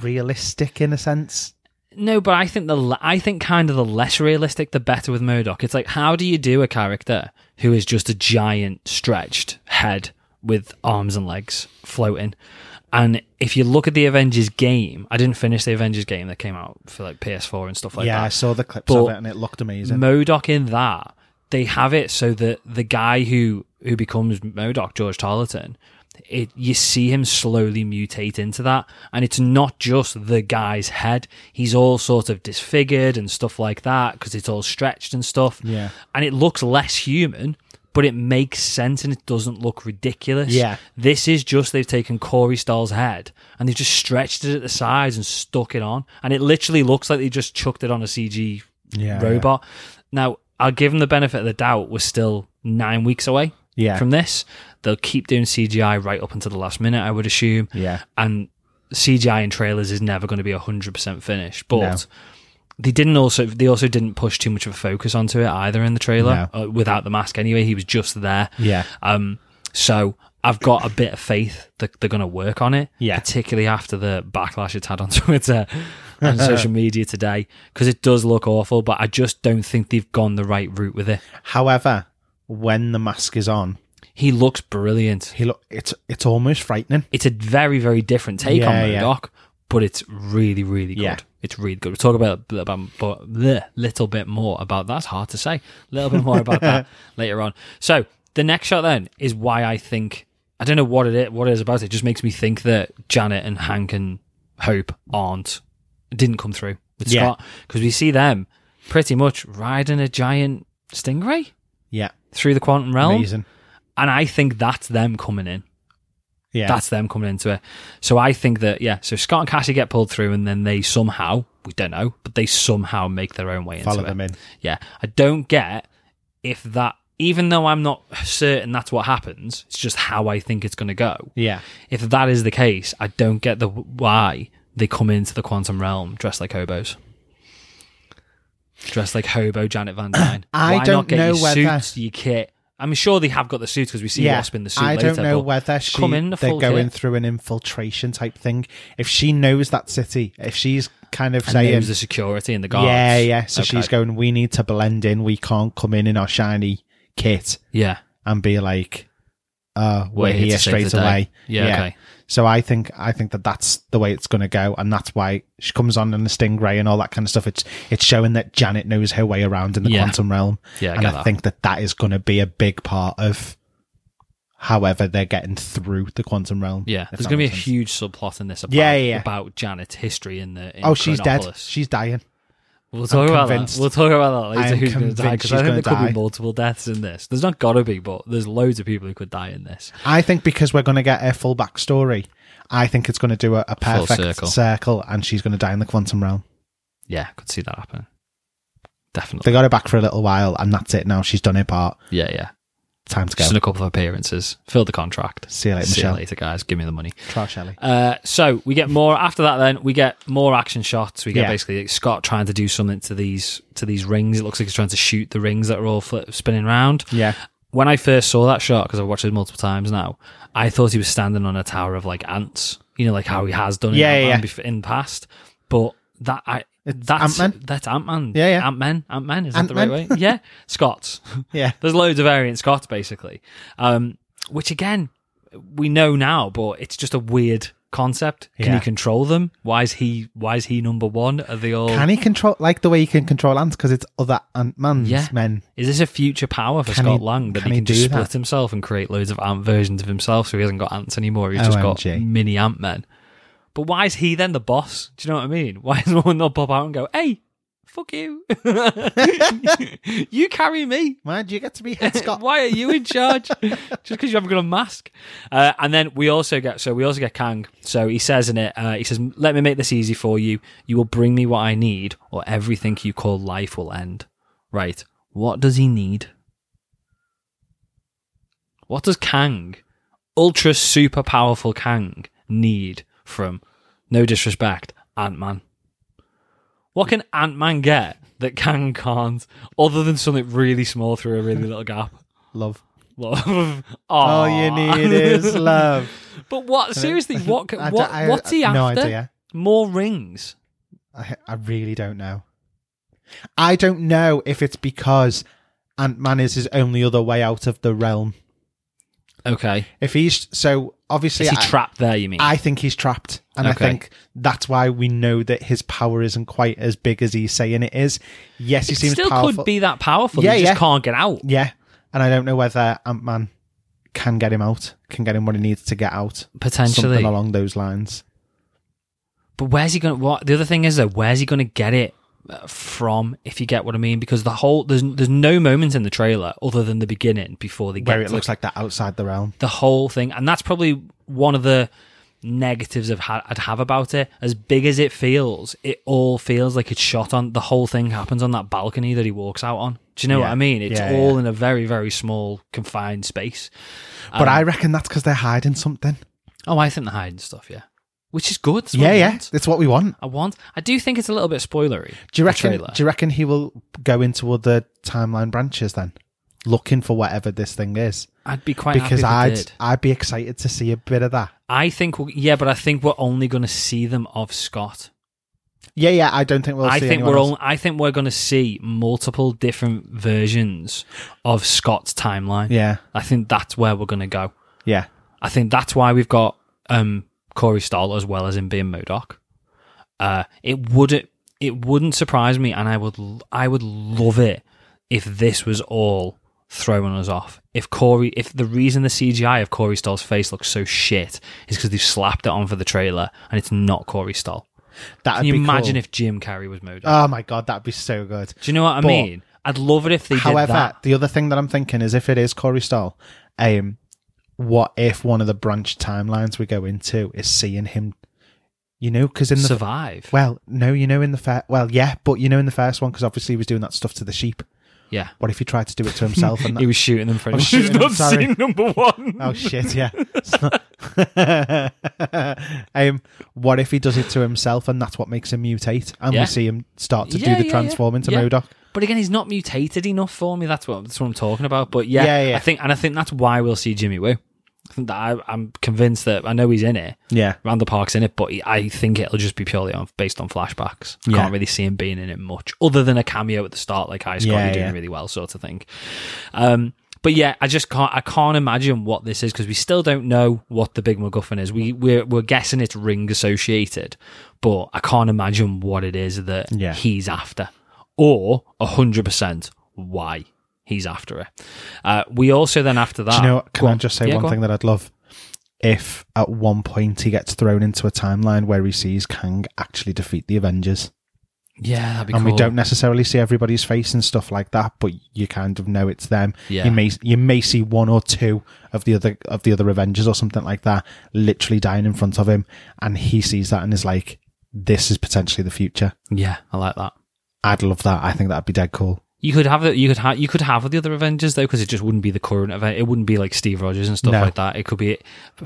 realistic in a sense.
No, but I think the le- I think kind of the less realistic, the better with Murdoch. It's like how do you do a character who is just a giant stretched head with arms and legs floating? And if you look at the Avengers game, I didn't finish the Avengers game that came out for like PS4 and stuff like
yeah, I
that.
saw the clips
But-
of it and it looked amazing.
Modoc in that they have it so that the guy who who becomes Modoc, George Tarleton, it you see him slowly mutate into that, and it's not just the guy's head; he's all sort of disfigured and stuff like that because it's all stretched and stuff.
Yeah.
and it looks less human. But it makes sense and it doesn't look ridiculous.
Yeah.
This is just they've taken Corey Stahl's head and they've just stretched it at the sides and stuck it on. And it literally looks like they just chucked it on a CG
Yeah,
robot. Now, I'll give them the benefit of the doubt. We're still nine weeks away
Yeah.
from this. They'll keep doing CGI right up until the last minute, I would assume.
Yeah.
And CGI in trailers is never going to be 100% finished. But.
No.
They didn't also. They also didn't push too much of a focus onto it either in the trailer.
No.
Uh, without the mask, anyway, he was just there.
Yeah.
Um, so I've got a bit of faith that they're going to work on it,
Yeah.
particularly after the backlash it's had on Twitter and social media today, because it does look awful. But I just don't think they've gone the right route with it.
However, when the mask is on,
He looks brilliant.
he look it's it's almost frightening.
It's a very, very different take
Yeah,
on
yeah.
Murdoch, but it's really, really good.
Yeah.
It's really good. We'll talk about about but a little bit more about that's hard to say. A little bit more about that later on. So the next shot then is why I think I don't know what it is, what it is about it. It just makes me think that Janet and Hank and Hope aren't didn't come through with
Yeah.
Scott because we see them pretty much riding a giant stingray
Yeah,
through the quantum realm,
amazing.
and I think that's them coming in.
Yeah,
That's them coming into it. So I think that yeah. So Scott and Cassie get pulled through, and then they somehow we don't know, but they somehow make their own way
follow
into
them
it.
in.
Yeah, I don't get if that. Even though I'm not certain that's what happens, it's just how I think it's going to go.
Yeah,
If that is the case, I don't get the why they come into the quantum realm dressed like hobos. dressed like hobo Janet Van Dyne.
I
Why
don't
not get
know
your
whether-
suits, your kit? I'm sure they have got the suits because we see Wasp in the suit
I
later.
don't know
but
whether she,
come in the
they're
full
going
kit.
through an infiltration type thing. If she knows that city, if she's kind of
and
saying,
knows the security and the guards.
yeah, yeah, so
Okay.
she's going, we need to blend in. We can't come in in our shiny kit
Yeah,
and be like, uh, we're,
We're here
here,
to save
straight
the day.
away.
Yeah, okay.
So I think I think that that's the way it's going to go, and that's why she comes on in the stingray and all that kind of stuff. It's it's showing that Janet knows her way around in the
Yeah.
quantum realm,
Yeah, I
and
get
I
that.
think that that is going to be a big part of. However, they're getting through the quantum realm.
yeah.
if
There's
that
going to be a
makes sense.
huge subplot in this about,
Yeah, yeah, yeah.
about Janet's history in the. In
Oh, she's dead.
Chronopolis.
She's dying.
We'll talk
I'm
about
convinced.
that. We'll talk about that
I
later.
am
Who's going to die?
convinced
Because
she's
I think there
gonna
could
die.
be multiple deaths in this. There's not got to be, but there's loads of people who could die in this.
I think because we're going to get her full backstory. I think it's going to do a, a
Full
perfect
circle.
circle, and she's going to die in the quantum realm.
Yeah, I could see that happen.
They
Definitely.
got her back for a little while, and that's it. Now she's done her part.
Yeah, yeah.
Time to go.
Just in a couple of appearances. Fill the contract.
See you later,
See you
Michelle.
later, guys. Give me the money.
Try Shelley.
Uh, so we get more after that. Then we get more action shots. We get
Yeah.
basically like Scott trying to do something to these to these rings. It looks like he's trying to shoot the rings that are all flip, spinning around.
Yeah.
When I first saw that shot, because I've watched it multiple times now, I thought he was standing on a tower of like ants. You know, like how he has done in
Yeah,
Ant-Man
yeah, yeah.
bef- in the past. But that I
It's
that's
Ant-Man?
that's Ant Man.
Yeah, yeah.
Ant Man. Ant Man is that the right
Ant-Man?
way? Yeah, Scots.
Yeah.
There's loads of variant Scots basically, um, which again we know now, but it's just a weird concept. Can
Yeah.
you control them? Why is he Why is he number one? Are they all?
Can he control like the way he can control ants because it's other Ant Man's
Yeah.
men?
is this a future power for
Can
Scott
he-
Lang that
can
he
he
can just
do that?
split himself and create loads of ant versions of himself? So he hasn't got ants anymore. He's just got
OMG.
mini ant men. But why is he then the boss? Do you know what I mean? Why does no one not pop out and go, "Hey, fuck you, you carry me"?
Why do you get to be head Scott?
Why are you in charge? Just because you haven't got a mask. Uh, and then we also get so we also get Kang. So he says in it, uh, he says, "Let me make this easy for you. You will bring me what I need, or everything you call life will end." Right? What does he need? What does Kang, ultra super powerful Kang, need from? No disrespect, Ant Man. What can Ant Man get that Kang can't, other than something really small through a really little gap?
love.
Love.
All you
Aw.
need is love.
But what? Seriously, what?
I
ca-
d-
What?
I-
what's he
I-
after?
no idea.
More rings.
I, I really don't know. I don't know if it's because Ant Man is his only other way out of the realm.
Okay.
If he's so obviously,
Is he
I-
trapped there? You mean?
I think he's trapped. And
Okay.
I think that's why we know that his power isn't quite as big as he's saying it is. Yes, he seems
Still
powerful.
could be that powerful.
Yeah,
he just
yeah.
can't get out.
Yeah. And I don't know whether Ant Man can get him out, can get him what he needs to get out.
Potentially.
Something along those lines.
But where's he going? to What the other thing is though, where's he going to get it uh, from? If you get what I mean, because the whole there's there's no moment in the trailer other than the beginning before they get
Where it
to
looks like that outside the realm.
the whole thing, and that's probably one of the negatives I've had, I'd have about it. As big as it feels, it all feels like it's shot on. The whole thing happens on that balcony that he walks out on. Do you know what
Yeah.
I mean? It's
Yeah,
all in a very very small confined space.
But
Um,
I reckon that's because they're hiding something.
Oh, I think the hiding stuff, yeah, which is good. That's what
Yeah,
I
yeah.
want.
It's what we want.
I want. I do think it's a little bit spoilery.
Do you
the
reckon
trailer.
do you reckon he will go into other timeline branches then? Looking for whatever this thing is.
I'd be quite
Because
happy if it
I'd
did.
I'd be excited to see a bit of that.
I think we yeah, but I think we're only going to see them of Scott.
Yeah, yeah, I don't think we'll
I
see
think
anyone
we're
else.
all, I think we're going to see multiple different versions of Scott's timeline.
Yeah.
I think that's where we're going to go.
Yeah.
I think that's why we've got um, Corey Stahl as well as him being Modoc. Uh, it wouldn't it wouldn't surprise me, and I would l- I would love it if this was all throwing us off. If Corey, if the reason the CGI of Corey Stahl's face looks so shit is because they've slapped it on for the trailer, and it's not Corey Stahl.
That'd
Can you
be
imagine
cool.
if Jim Carrey was Modoc?
Oh my god, that'd be so good.
Do you know what I
but-
mean? I'd love it if they did
However,
that.
the other thing that I'm thinking is if it is Corey Stahl, um, what if one of the branch timelines we go into is seeing him, you know, because in the
Survive.
well, no, you know, in the fair, well, yeah, but you know, in the first one, because obviously he was doing that stuff to the sheep.
Yeah.
What if he tried to do it to himself? And
He was shooting them for
I'm
anyone.
shooting them, sorry.
number one.
Oh shit! Yeah. It's not- um, what if he does it to himself, and that's what makes him mutate, and
Yeah.
we see him start to
Yeah,
do
yeah,
the
yeah.
transform into
Yeah.
Modoc?
But again, he's not mutated enough for me. That's what that's what I'm talking about. But yeah,
Yeah, yeah.
I think and I think that's why we'll see Jimmy Woo. I think that I, I'm convinced that I know he's in it.
Yeah.
Randall Park's in it, but he- I think it'll just be purely on, based on flashbacks. I
Yeah.
Can't really see him being in it much, other than a cameo at the start, like "Hi Scott,
Yeah,
you're doing
yeah.
really well," sort of thing. Um, but yeah, I just can't. I can't imagine what this is because we still don't know what the big MacGuffin is. We we're, we're guessing it's ring associated, but I can't imagine what it is that
Yeah.
he's after, or hundred percent why he's after it. Uh, we also then after that,
Do you know? what- Can
Go
I
on.
just say
Yeah,
one
go on.
thing that I'd love? If at one point he gets thrown into a timeline where he sees Kang actually defeat the Avengers,
Yeah, that'd be
and
cool.
we don't necessarily see everybody's face and stuff like that, but you kind of know it's them.
Yeah.
You may you may see one or two of the other of the other Avengers or something like that, literally dying in front of him, and he sees that and is like, "This is potentially the future."
Yeah, I like that.
I'd love that. I think that'd be dead cool.
You could have the, you could have you could have the other Avengers though because it just wouldn't be the current event. It wouldn't be like Steve Rogers and stuff
No.
like that. It could be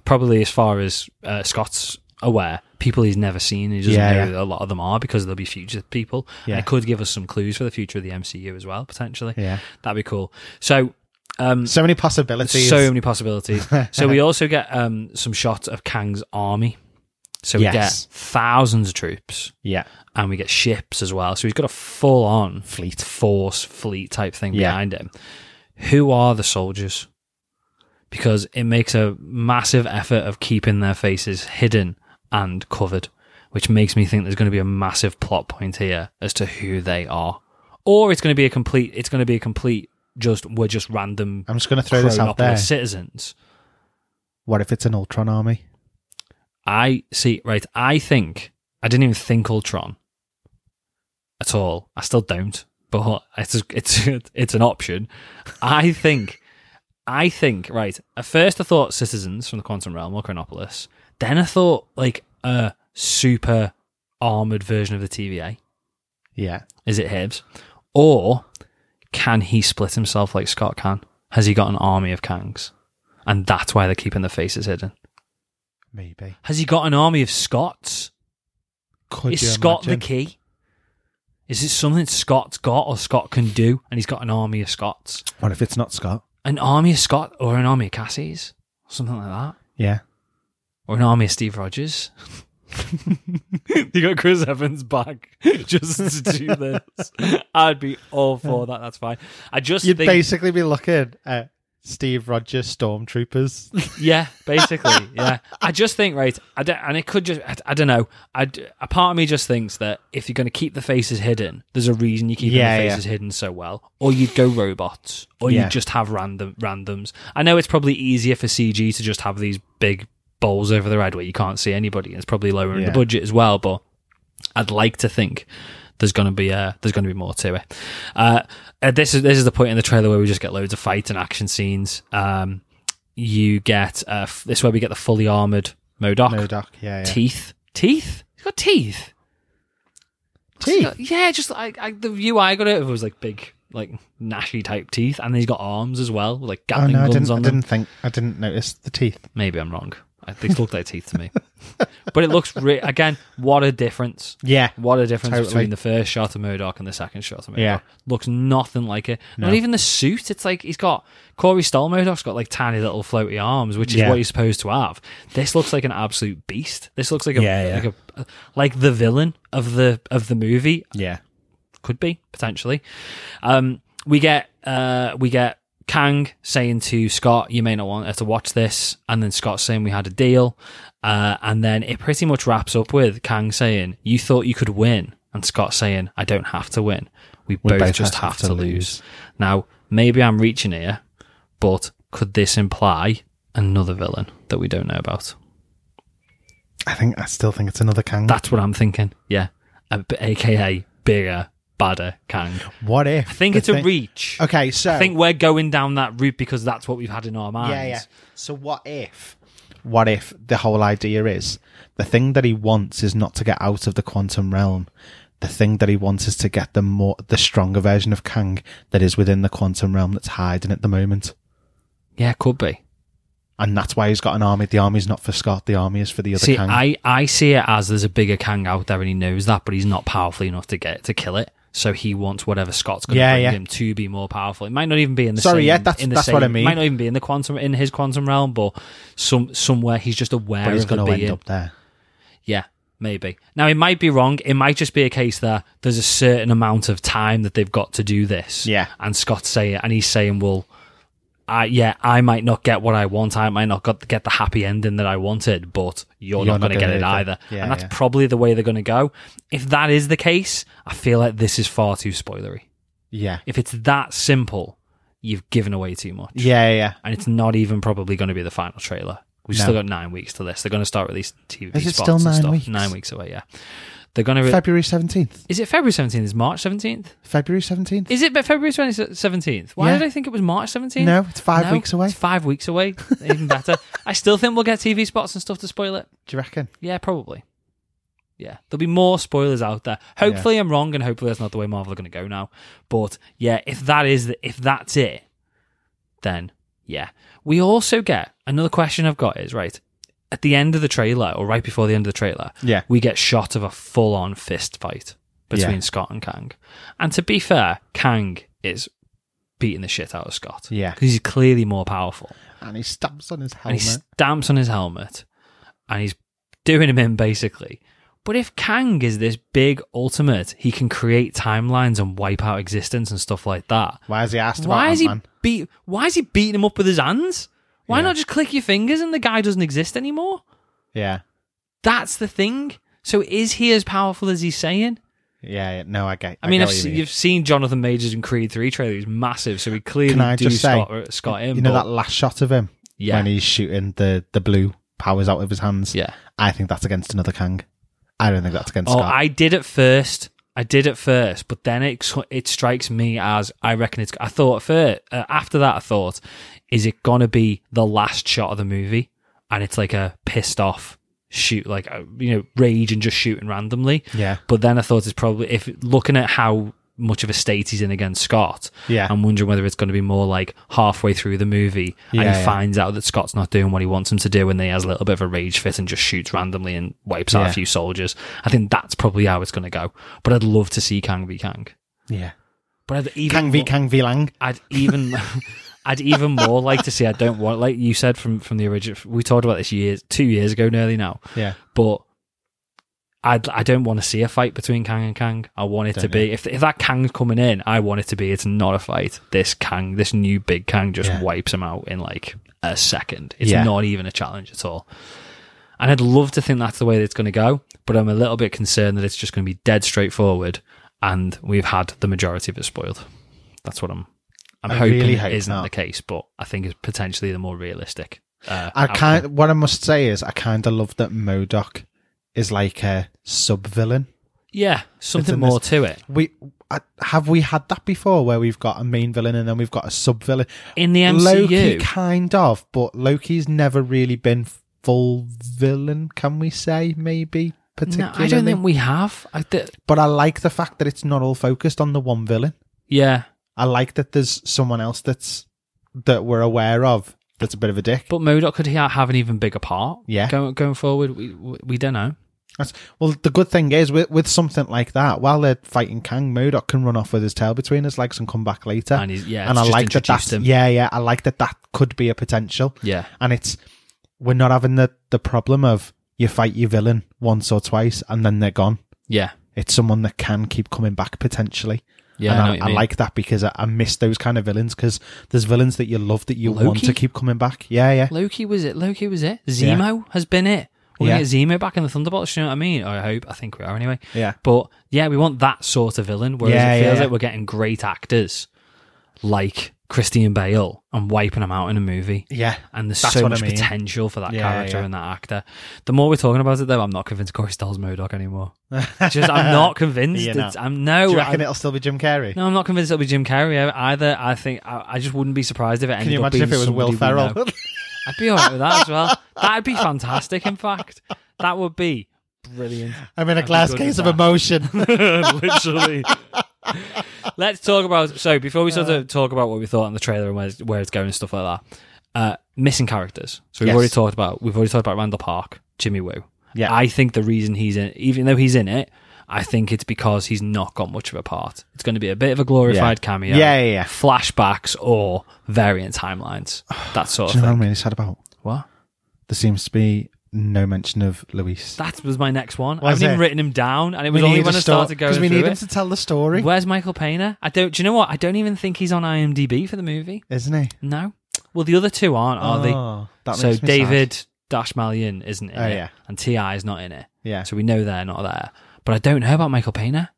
probably as far as uh, Scott's aware, people he's never seen. He doesn't
Yeah,
know
yeah.
that a lot of them are because there'll be future people.
Yeah.
And it could give us some clues for the future of the MCU as well potentially.
Yeah.
that'd be cool. So um,
So many possibilities.
so many possibilities. so we also get um, some shots of Kang's army. So we
Yes.
get thousands of troops
yeah,
and we get ships as well. So he's got a full on
Fleet.
force, fleet type thing
Yeah.
behind him. Who are the soldiers? Because it makes a massive effort of keeping their faces hidden and covered, which makes me think there's going to be a massive plot point here as to who they are, or it's going to be a complete. It's going to be a complete. Just we're just random.
I'm just going to throw this
Chronopolis
out there.
Citizens.
What if it's an Ultron army?
I see. Right. I think I didn't even think Ultron at all. I still don't, but it's it's it's an option. I think. I think right. At first, I thought citizens from the quantum realm or Chronopolis. Then I thought like a super armored version of the TVA.
Yeah,
Is it Hibbs, or can he split himself like Scott can? Has he got an army of Kangs, and that's why they're keeping their faces hidden?
maybe.
Has he got an army of Scots?
Could you
is Scott
imagine?
the key? Is it something Scott's got or Scott can do? And he's got an army of Scots.
What if it's not Scott?
An army of Scott or an army of Cassies? Something like that.
Yeah.
Or an army of Steve Rogers. you got Chris Evans back just to do this. I'd be all for that. That's fine. I just
You'd
think,
basically be looking at Steve Rogers stormtroopers.
yeah, basically, yeah. I just think, right? I don't, and it could just, I, don't know. I, d- a part of me just thinks that if you're going to keep the faces hidden, there's a reason you keep
Yeah,
the
yeah.
faces hidden so well, or you'd go robots, or
Yeah.
you'd just have random randoms. I know it's probably easier for CG to just have these big bowls over their head where you can't see anybody. and It's probably lowering
Yeah.
the budget as well, but I'd like to think there's going to be uh, there's going to be more to it. Uh, uh, this is this is the point in the trailer where we just get loads of fight and action scenes. Um, you get uh, f- this is where we get the fully armored Modoc,
Modoc. Yeah. yeah.
teeth teeth. He's got teeth. What's he
Teeth?
got? Yeah, just like I, the UI I got it. It was like big, like gnashy type teeth, and he's got arms as well, with, like
Oh
Gatling
no, I
guns
didn't. I
on them.
didn't think. I didn't notice the teeth.
Maybe I'm wrong. I- They look like teeth to me, but it looks re- again. What a difference!
Yeah.
What a difference
Totally.
between the first shot of Murdoch and the second shot of Murdoch.
Yeah.
Looks nothing like it. Not even the suit. It's like he's got Corey Stoll Murdoch's got like tiny little floaty arms, which is
Yeah.
what he's supposed to have. This looks like an absolute beast. This looks like a,
Yeah, yeah.
like a like the villain of the of the movie.
Yeah.
Could be, potentially. Um we get uh we get Kang saying to Scott, you may not want to watch this, and then Scott saying we had a deal. Uh, and then it pretty much wraps up with Kang saying, You thought you could win, and Scott saying, I don't have to win. We, both, just have, to lose. Now, maybe I'm reaching here, but could this imply another villain that we don't know about?
I think. I still think it's another Kang.
That's what I'm thinking. Yeah. A- AKA bigger, badder Kang.
what if?
I think it's a reach.
Okay, so
I think we're going down that route because that's what we've had in our minds.
yeah, yeah. So what if? What if the whole idea is the thing that he wants is not to get out of the quantum realm? the thing that he wants is to get the more the stronger version of Kang that is within the quantum realm that's hiding at the moment.
Yeah, could be.
And that's why he's got an army. The army's not for Scott, the army is for the other
See,
Kang.
I, I see it as there's a bigger Kang out there, and he knows that, but he's not powerful enough to get to kill it. So he wants whatever Scott's going to
Yeah,
bring
yeah.
him to be more powerful. It might not even be in the
Sorry,
same,
yeah, that's-
in the
that's
same,
what I mean.
Might not even be in the quantum in his quantum realm, but some somewhere he's just aware
but he's
of the
going to end
being.
up there.
Yeah, maybe. Now it might be wrong. It might just be a case that there's a certain amount of time that they've got to do this.
Yeah.
And Scott's saying, and he's saying, well, I yeah, I might not get what I want. I might not got, get the happy ending that I wanted, but you're,
You're
not,
not
going to get
gonna
it
get it.
either.
Yeah,
and that's
yeah.
probably the way they're going to go. If that is the case, I feel like this is far too spoilery.
Yeah,
If it's that simple, you've given away too much.
yeah, yeah.
And it's not even probably going to be the final trailer. We've
No.
still got nine weeks to this. They're going to start releasing TV
Is it
spots
still
and
nine
stuff.
weeks?
Nine weeks away, yeah. They're going to. Re-
February seventeenth.
is it February seventeenth? Is March seventeenth?
February seventeenth.
Is it be- February twenty seventeenth? Why
Yeah.
did I think it was March seventeenth?
No, it's five weeks away.
It's five weeks away. Even better. I still think we'll get TV spots and stuff to spoil it.
Do you reckon?
Yeah, probably. Yeah, there'll be more spoilers out there. Hopefully, I'm wrong, and hopefully, that's not the way Marvel are going to go now. But yeah, if that is the, if that's it, then yeah. We also get another question I've got is right at the end of the trailer or right before the end of the trailer.
Yeah.
we get shot of a full on fist fight between
Yeah.
Scott and Kang. And to be fair, Kang is beating the shit out of Scott.
Yeah.
because he's clearly more powerful
And he stamps on his
and
helmet.
he stamps on his helmet and he's doing him in basically. But if Kang is this big ultimate, he can create timelines and wipe out existence and stuff like that.
Why is he asked about
Why is he
Ant-Man?
beat why is he beating him up with his hands? Why
Yeah.
not just click your fingers and the guy doesn't exist anymore?
Yeah,
That's the thing. So is he as powerful as he's saying?
yeah, yeah. No, I get.
I mean, I've
get what you
se-
mean.
you've seen Jonathan Majors in Creed Three trailer. He's massive, so he clearly
Can I
do
just say,
Scott, Scott in.
you know
but-
that last shot of him
yeah,
when he's shooting the the blue powers out of his hands.
yeah.
I think that's against another Kang. I don't think that's against
Oh,
Scott.
I did at first. I did at first, but then it it strikes me as I reckon it's. I thought at first uh, after that I thought, is it gonna be the last shot of the movie, and it's like a pissed off shoot, like uh, you know rage and just shooting randomly.
yeah,
But then I thought it's probably if looking at how much of a state he's in against Scott,
yeah,
I'm wondering whether it's going to be more like halfway through the movie and
Yeah,
he
yeah.
finds out that Scott's not doing what he wants him to do and then he has a little bit of a rage fit and just shoots randomly and wipes out a
Yeah.
few soldiers. I think that's probably how it's going to go. But I'd love to see Kang v Kang.
yeah.
But I'd even
Kang v Kang v Lang.
I'd even I'd even more like to see I don't want like you said from from the original we talked about this years 2 years ago nearly now
Yeah,
but I'd, I don't want to see a fight between Kang and Kang. I want it to
Don't
be if if that Kang's coming in, I want it to be it's not a fight. This Kang, this new big Kang, just
Yeah.
wipes him out in like a second. It's
Yeah.
not even a challenge at all. And I'd love to think that's the way that it's going to go, but I'm a little bit concerned that it's just going to be dead straightforward, and we've had the majority of it spoiled. That's what I'm. I'm
I
hoping
really
it
hope
isn't
not.
the case, but I think it's potentially the more realistic. Uh,
I
outcome.
kind. What I must say is, I kind of love that Modoc is like a sub villain.
yeah, something
in
more to it.
We I, have we had that before, where we've got a main villain and then we've got a sub villain.
in the
Loki,
MCU.
kind of, but Loki's never really been full villain. Can we say maybe
no,
particularly?
I don't think we have. I th-
but I like the fact that it's not all focused on the one villain.
yeah,
I like that there's someone else that's that we're aware of that's a bit of a dick.
but Modoc could he ha- have an even bigger part?
Yeah.
going, going forward, we we we don't know.
That's, well, the good thing is with with something like that, while they're fighting Kang, Modoc can run off with his tail between his legs and come back later.
And he's yeah,
and
it's
I
just
like that.
introduced
That's,
him.
yeah, yeah, I like that. That could be a potential.
yeah,
and it's we're not having the the problem of you fight your villain once or twice and then they're gone.
yeah,
It's someone that can keep coming back potentially.
yeah.
and
I, know
I,
what you
I
mean.
like that because I, I miss those kind of villains because there's villains that you love that you want
Loki?
to keep coming back. Yeah, yeah,
Loki was it. Loki was it. Zemo has been it. We're
Yeah.
gonna get Zemo back in the Thunderbolts. You know what I mean? I hope. I think we are anyway.
yeah.
But yeah, we want that sort of villain. Whereas
Yeah,
it feels
yeah,
like
yeah.
we're getting great actors like Christian Bale and wiping them out in a movie.
Yeah,
And there's
That's
so
what I
much
mean.
potential for that
Yeah,
character
yeah.
and that actor. The more we're talking about it, though, I'm not convinced Corey Styles Modoc anymore. Just I'm not convinced.
You're
It's-
not.
I'm no.
Do you reckon
I'm-
it'll still be Jim Carrey?
Oh, no, I'm not convinced it'll be Jim Carrey either. I think I, I just wouldn't be surprised if it ended
Can you
up
imagine if
being
it was Will
somebody we know.
Ferrell?
I'd be alright with that as well. That'd be fantastic. In fact, that would be Brilliant.
I'm in a glass
good
case
with that.
of emotion.
Literally. Let's talk about. So before we sort of talk about what we thought on the trailer and where it's, where it's going and stuff like that, uh, missing characters. So we've
Yes.
already talked about. We've already talked about Randall Park, Jimmy Woo.
Yeah.
I think the reason he's in, even though he's in it, I think it's because he's not got much of a part. It's going to be a bit of a glorified cameo.
Yeah, yeah, yeah.
Flashbacks or variant timelines. That sort
Do
of
you know what
thing.
I'm really sad about?
What?
There seems to be no mention of Luis.
That was my next one. I
Was
haven't even
it?
written him down, and it was only when I started going
because we
through
need him
it.
to tell the story,
Where's Michael Pena? I don't. Do you know what? I don't even think he's on IMDb for the movie.
isn't he?
No. Well, the other two aren't, are
Oh,
they?
That
So
makes me
David Dash Malian isn't in
Oh,
it,
yeah.
and Ti is not in it.
sad. Yeah.
So we know they're not there. But I don't know about Michael Pena.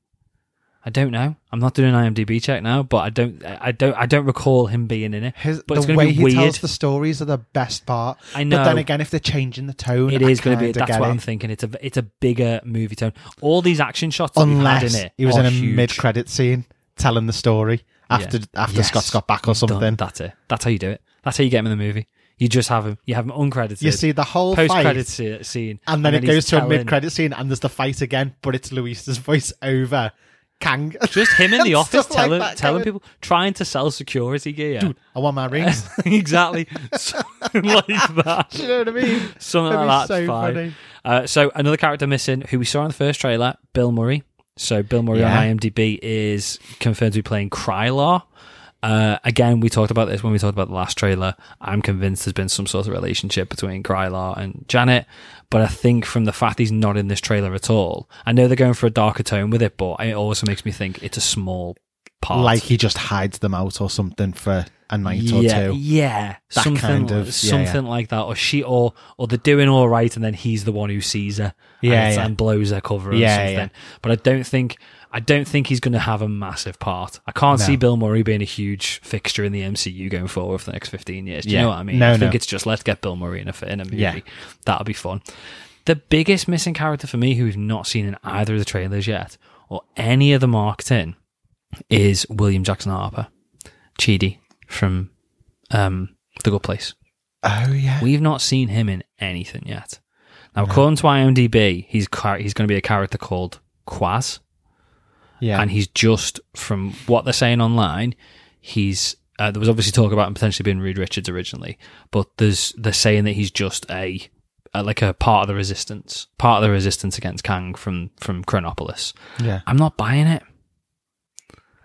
I don't know. I'm not doing an IMDb check now, but I don't. I don't. I don't recall him being in it.
His,
but it's
the
going
way
to be
he
weird.
tells the stories are the best part.
I know.
But then again, if they're changing the tone,
It
I
is going to be.
kinda
That's
get
what
it.
I'm thinking. It's a. It's a bigger movie tone. All these action shots that we've had
Unless
in it.
he was
are
in a
huge.
mid-credit scene telling the story after
Yeah.
after
Yes.
Scott's got back or
Done.
something.
That's it. That's how you do it. That's how you get him in the movie. You just have him. You have him uncredited.
You see the whole
post credit
fight,
scene,
and then it
he's
goes to a
telling-
mid-credit scene, and there's the fight again, but it's Luis's voice over Kang.
Just him in the
and
office
stuff like
telling
that,
telling
Kevin.
people, trying to sell security gear.
I want my rings.
exactly, Something like that.
Do you know what I mean?
Something
That'd be
like that's
so
fine.
funny.
Uh, so another character missing, who we saw in the first trailer, Bill Murray. So Bill Murray
Yeah.
on IMDb is confirmed to be playing Krylar. Uh, again, we talked about this when we talked about the last trailer. I'm convinced there's been some sort of relationship between Krylar and Janet, but I think from the fact he's not in this trailer at all, I know they're going for a darker tone with it, but it also makes me think it's a small part.
Like he just hides them out or something for a night
yeah,
or two.
yeah,
That
something,
kind of-
like-
yeah,
something like that, or she, or or they're doing all right, and then he's the one who sees her, and
Yeah,
it's-
yeah.
and blows her cover or
Yeah,
something.
yeah.
But I don't think, I don't think he's going to have a massive part. I can't
No.
see Bill Murray being a huge fixture in the MCU going forward for the next fifteen years. Do you
Yeah.
know what I mean?
No,
I think
no.
it's just let's get Bill Murray in a in a movie.
Yeah.
That'll be fun. The biggest missing character for me, who we've not seen in either of the trailers yet, or any of the marketing, is William Jackson Harper. Chidi from um, The Good Place.
Oh yeah.
We've not seen him in anything yet. Now, according to IMDb, he's char- he's going to be a character called Quaz,
yeah.
and he's just from what they're saying online, he's uh, there was obviously talk about him potentially being Reed Richards originally, but there's they're saying that he's just a, a like a part of the resistance, part of the resistance against Kang from from Chronopolis.
yeah.
I'm not buying it.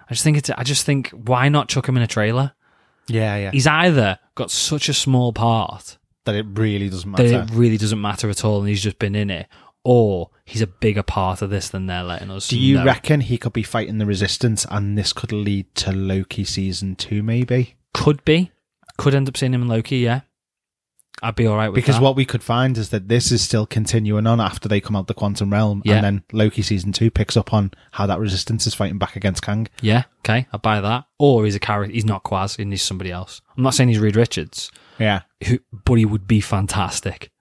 I just think it's I just think why not chuck him in a trailer?
Yeah, yeah.
he's either got such a small part
That it really doesn't
that
matter.
it really doesn't matter at all and he's just been in it, or he's a bigger part of this than they're letting us.
Do you
know.
reckon he could be fighting the resistance and this could lead to Loki season two, maybe?
Could be. Could end up seeing him in Loki, yeah. I'd be all right with
Because
that.
what we could find is that this is still continuing on after they come out the quantum realm,
Yeah.
and then Loki season two picks up on how that resistance is fighting back against Kang.
Yeah, okay, I'd buy that. Or he's a character. He's not Quaz, and he's somebody else. I'm not saying he's Reed Richards,
Yeah,
who, but he would be fantastic.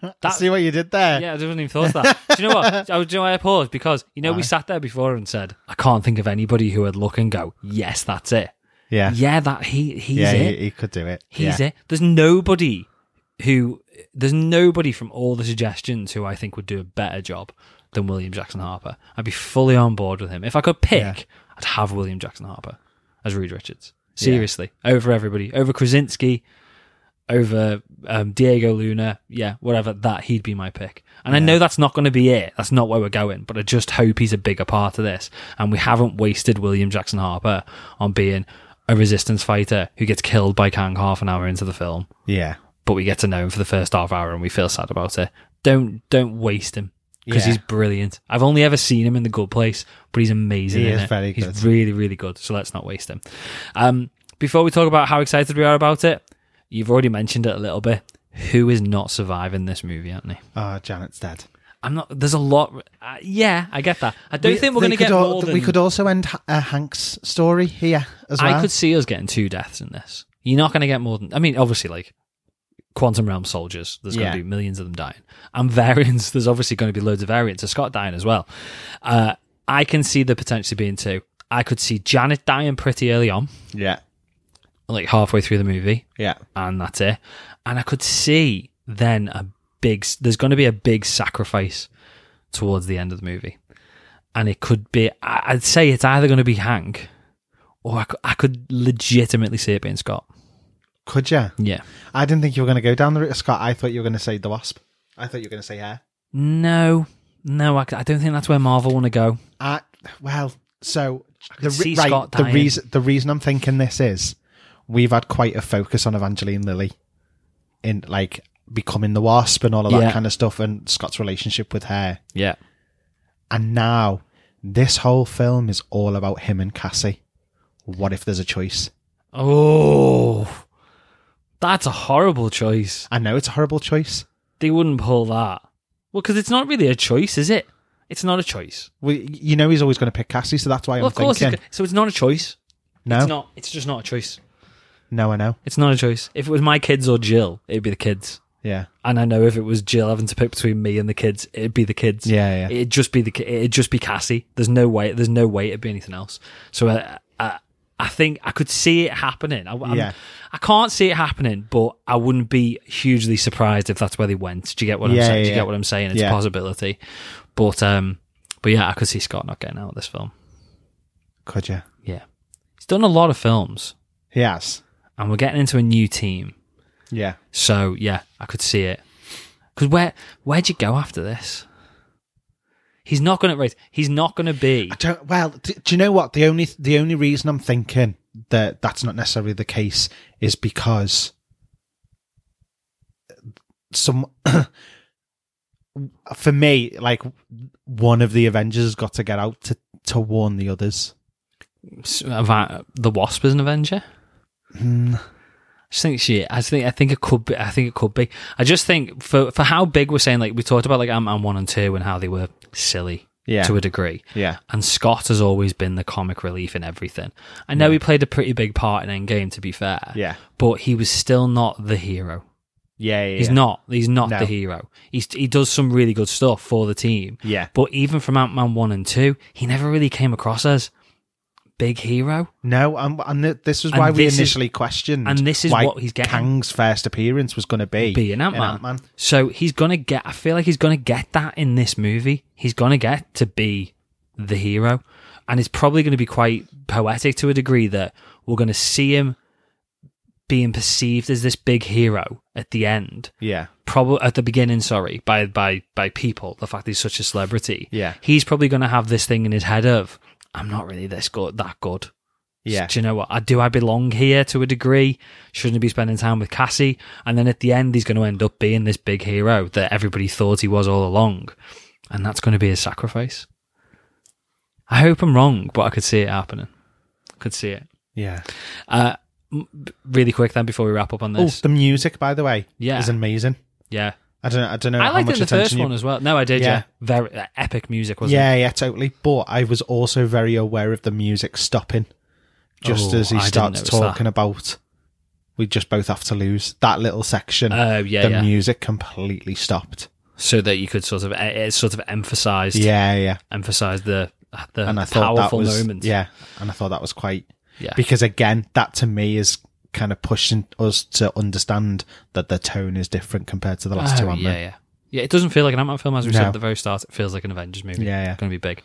That-
see what you did there.
Yeah, I wasn't even thought of that. Do you know what? I was, do you know why I paused? Because, you know, we sat there before and said, I can't think of anybody who would look and go, yes, that's it.
yeah,
Yeah, that he he's
Yeah,
it.
he, he could do it.
He's
yeah.
it. There's nobody who there's nobody from all the suggestions who I think would do a better job than William Jackson Harper. I'd be fully on board with him. If I could pick,
Yeah.
I'd have William Jackson Harper as Reed Richards. Seriously, over everybody, over Krasinski, over um, Diego Luna, yeah, whatever. That he'd be my pick. And I know that's not going to be it. That's not where we're going. But I just hope he's a bigger part of this, and we haven't wasted William Jackson Harper on being a resistance fighter who gets killed by Kang half an hour into the film.
Yeah,
But we get to know him for the first half hour, and we feel sad about it. Don't don't waste him because
Yeah.
he's brilliant. I've only ever seen him in the good place, but he's amazing.
He
in
is
it.
very
He's
good.
really, really good. So let's not waste him. Um, before we talk about how excited we are about it, you've already mentioned it a little bit. Who is not surviving this movie, Anthony?
Ah, Janet's dead.
I'm not. There's a lot. Uh, yeah, I get that. I don't think we're
they
going to get
could al-
more than.
We could also end Ha- uh, Hank's story here as well.
I could see us getting two deaths in this. You're not going to get more than. I mean, obviously, like quantum realm soldiers. There's going
Yeah.
to be millions of them dying, and variants. There's obviously going to be loads of variants. of Scott dying as well. Uh, I can see there potentially being two. I could see Janet dying pretty early on,
yeah,
like halfway through the movie,
yeah,
and that's it. And I could see then a big. There's going to be a big sacrifice towards the end of the movie. And it could be, I- I'd say it's either going to be Hank or I could, I could legitimately see it being Scott.
Could you?
Yeah.
I didn't think you were going to go down the route of Scott. I thought you were going to say the Wasp. I thought you were going to say Hair.
No, no, I, c- I don't think that's where Marvel want to go.
Uh, well, so the,
see
re- right,
Scott
the
dying.
reason the reason I'm thinking this is we've had quite a focus on Evangeline Lilly in like becoming the Wasp and all of that
Yeah.
kind of stuff, and Scott's relationship with her.
Yeah.
And now this whole film is all about him and Cassie. What if there's a choice?
Oh, that's a horrible choice.
I know it's a horrible choice.
They wouldn't pull that. Well, because it's not really a choice, is it? It's not a choice.
We, you know he's always going to pick Cassie, so that's why
Well,
I'm
of course.
thinking.
It's, so it's not a choice.
no,
It's not. It's just not a choice.
no, I know.
It's not a choice. If it was my kids or Jill, it'd be the kids.
Yeah,
And I know if it was Jill having to pick between me and the kids, it'd be the kids.
yeah, yeah.
It'd just be the ki- it'd just be Cassie. There's no way. There's no way it'd be anything else. So I I, I think I could see it happening. I, I'm-
Yeah.
I can't see it happening, but I wouldn't be hugely surprised if that's where they went. Do you get what I'm
Yeah,
saying? Do
yeah,
you get
yeah.
what I'm saying? It's
Yeah.
a possibility. But um, but yeah, I could see Scott not getting out of this film.
Could you?
Yeah, he's done a lot of films,
He has.
and we're getting into a new team.
Yeah.
So yeah, I could see it. Because where where'd you go after this? He's not going to race. He's not going to be.
I don't. Well, do, do you know what? The only the only reason I'm thinking that that's not necessarily the case is because some for me, like one of the Avengers has got to get out to to warn the others.
S- Ava- the Wasp is an Avenger.
Hmm.
I just think she. I just think. I think it could be. I think it could be. I just think for for how big we're saying. Like we talked about, like Ant Man one and two, and how they were silly
Yeah.
to a degree.
Yeah.
And Scott has always been the comic relief in everything. I know he played a pretty big part in Endgame, to be fair.
Yeah.
But he was still not the hero.
Yeah. yeah
He's not. He's not
No.
the hero. He's, he does some really good stuff for the team.
Yeah.
But even from Ant Man one and two, he never really came across as big hero.
No, and, and th- this is
And
why we
this is-
initially questioned.
and this is
why
what he's getting.
Kang's first appearance was going to be
Be an Ant-Man.
Ant-Man.
So he's gonna get. I feel like he's gonna get that in this movie. He's gonna get to be the hero, and it's probably gonna be quite poetic to a degree that we're gonna see him being perceived as this big hero at the end.
Yeah.
Probably at the beginning, sorry, by by by people. The fact he's such a celebrity,
Yeah.
he's probably gonna have this thing in his head of, I'm not really this good, that good.
Yeah.
Do you know what? I do. I belong here to a degree. Shouldn't I be spending time with Cassie? And then at the end, he's going to end up being this big hero that everybody thought he was all along, and that's going to be his sacrifice. I hope I'm wrong, but I could see it happening. Could see it.
Yeah.
Uh, m- really quick then before we wrap up on
Oh,
this.
the music, by the way,
Yeah.
is amazing.
yeah,
I don't. I don't know
I
Uh, how
liked it
much
in the
attention
first
you
one as well. No, I did. Yeah,
Yeah.
very uh, epic music wasn't it?
Yeah, yeah, totally. But I was also very aware of the music stopping just
Oh,
as he
I didn't
starts
notice that.
talking about we just both have to lose. That little section,
Oh yeah,
the
yeah.
music completely stopped.
so that you could sort of it sort of emphasized
Yeah, yeah.
emphasized the the
And I thought that
powerful
was
moment.
yeah, and I thought that was quite
yeah.
because again, that to me is kind of pushing us to understand that the tone is different compared to the last two.
Oh,
aren't
yeah,
they?
yeah. Yeah, it doesn't feel like an Ant-Man film, as we said
No.
at the very start. It feels like an Avengers movie.
Yeah, yeah.
It's going to be big.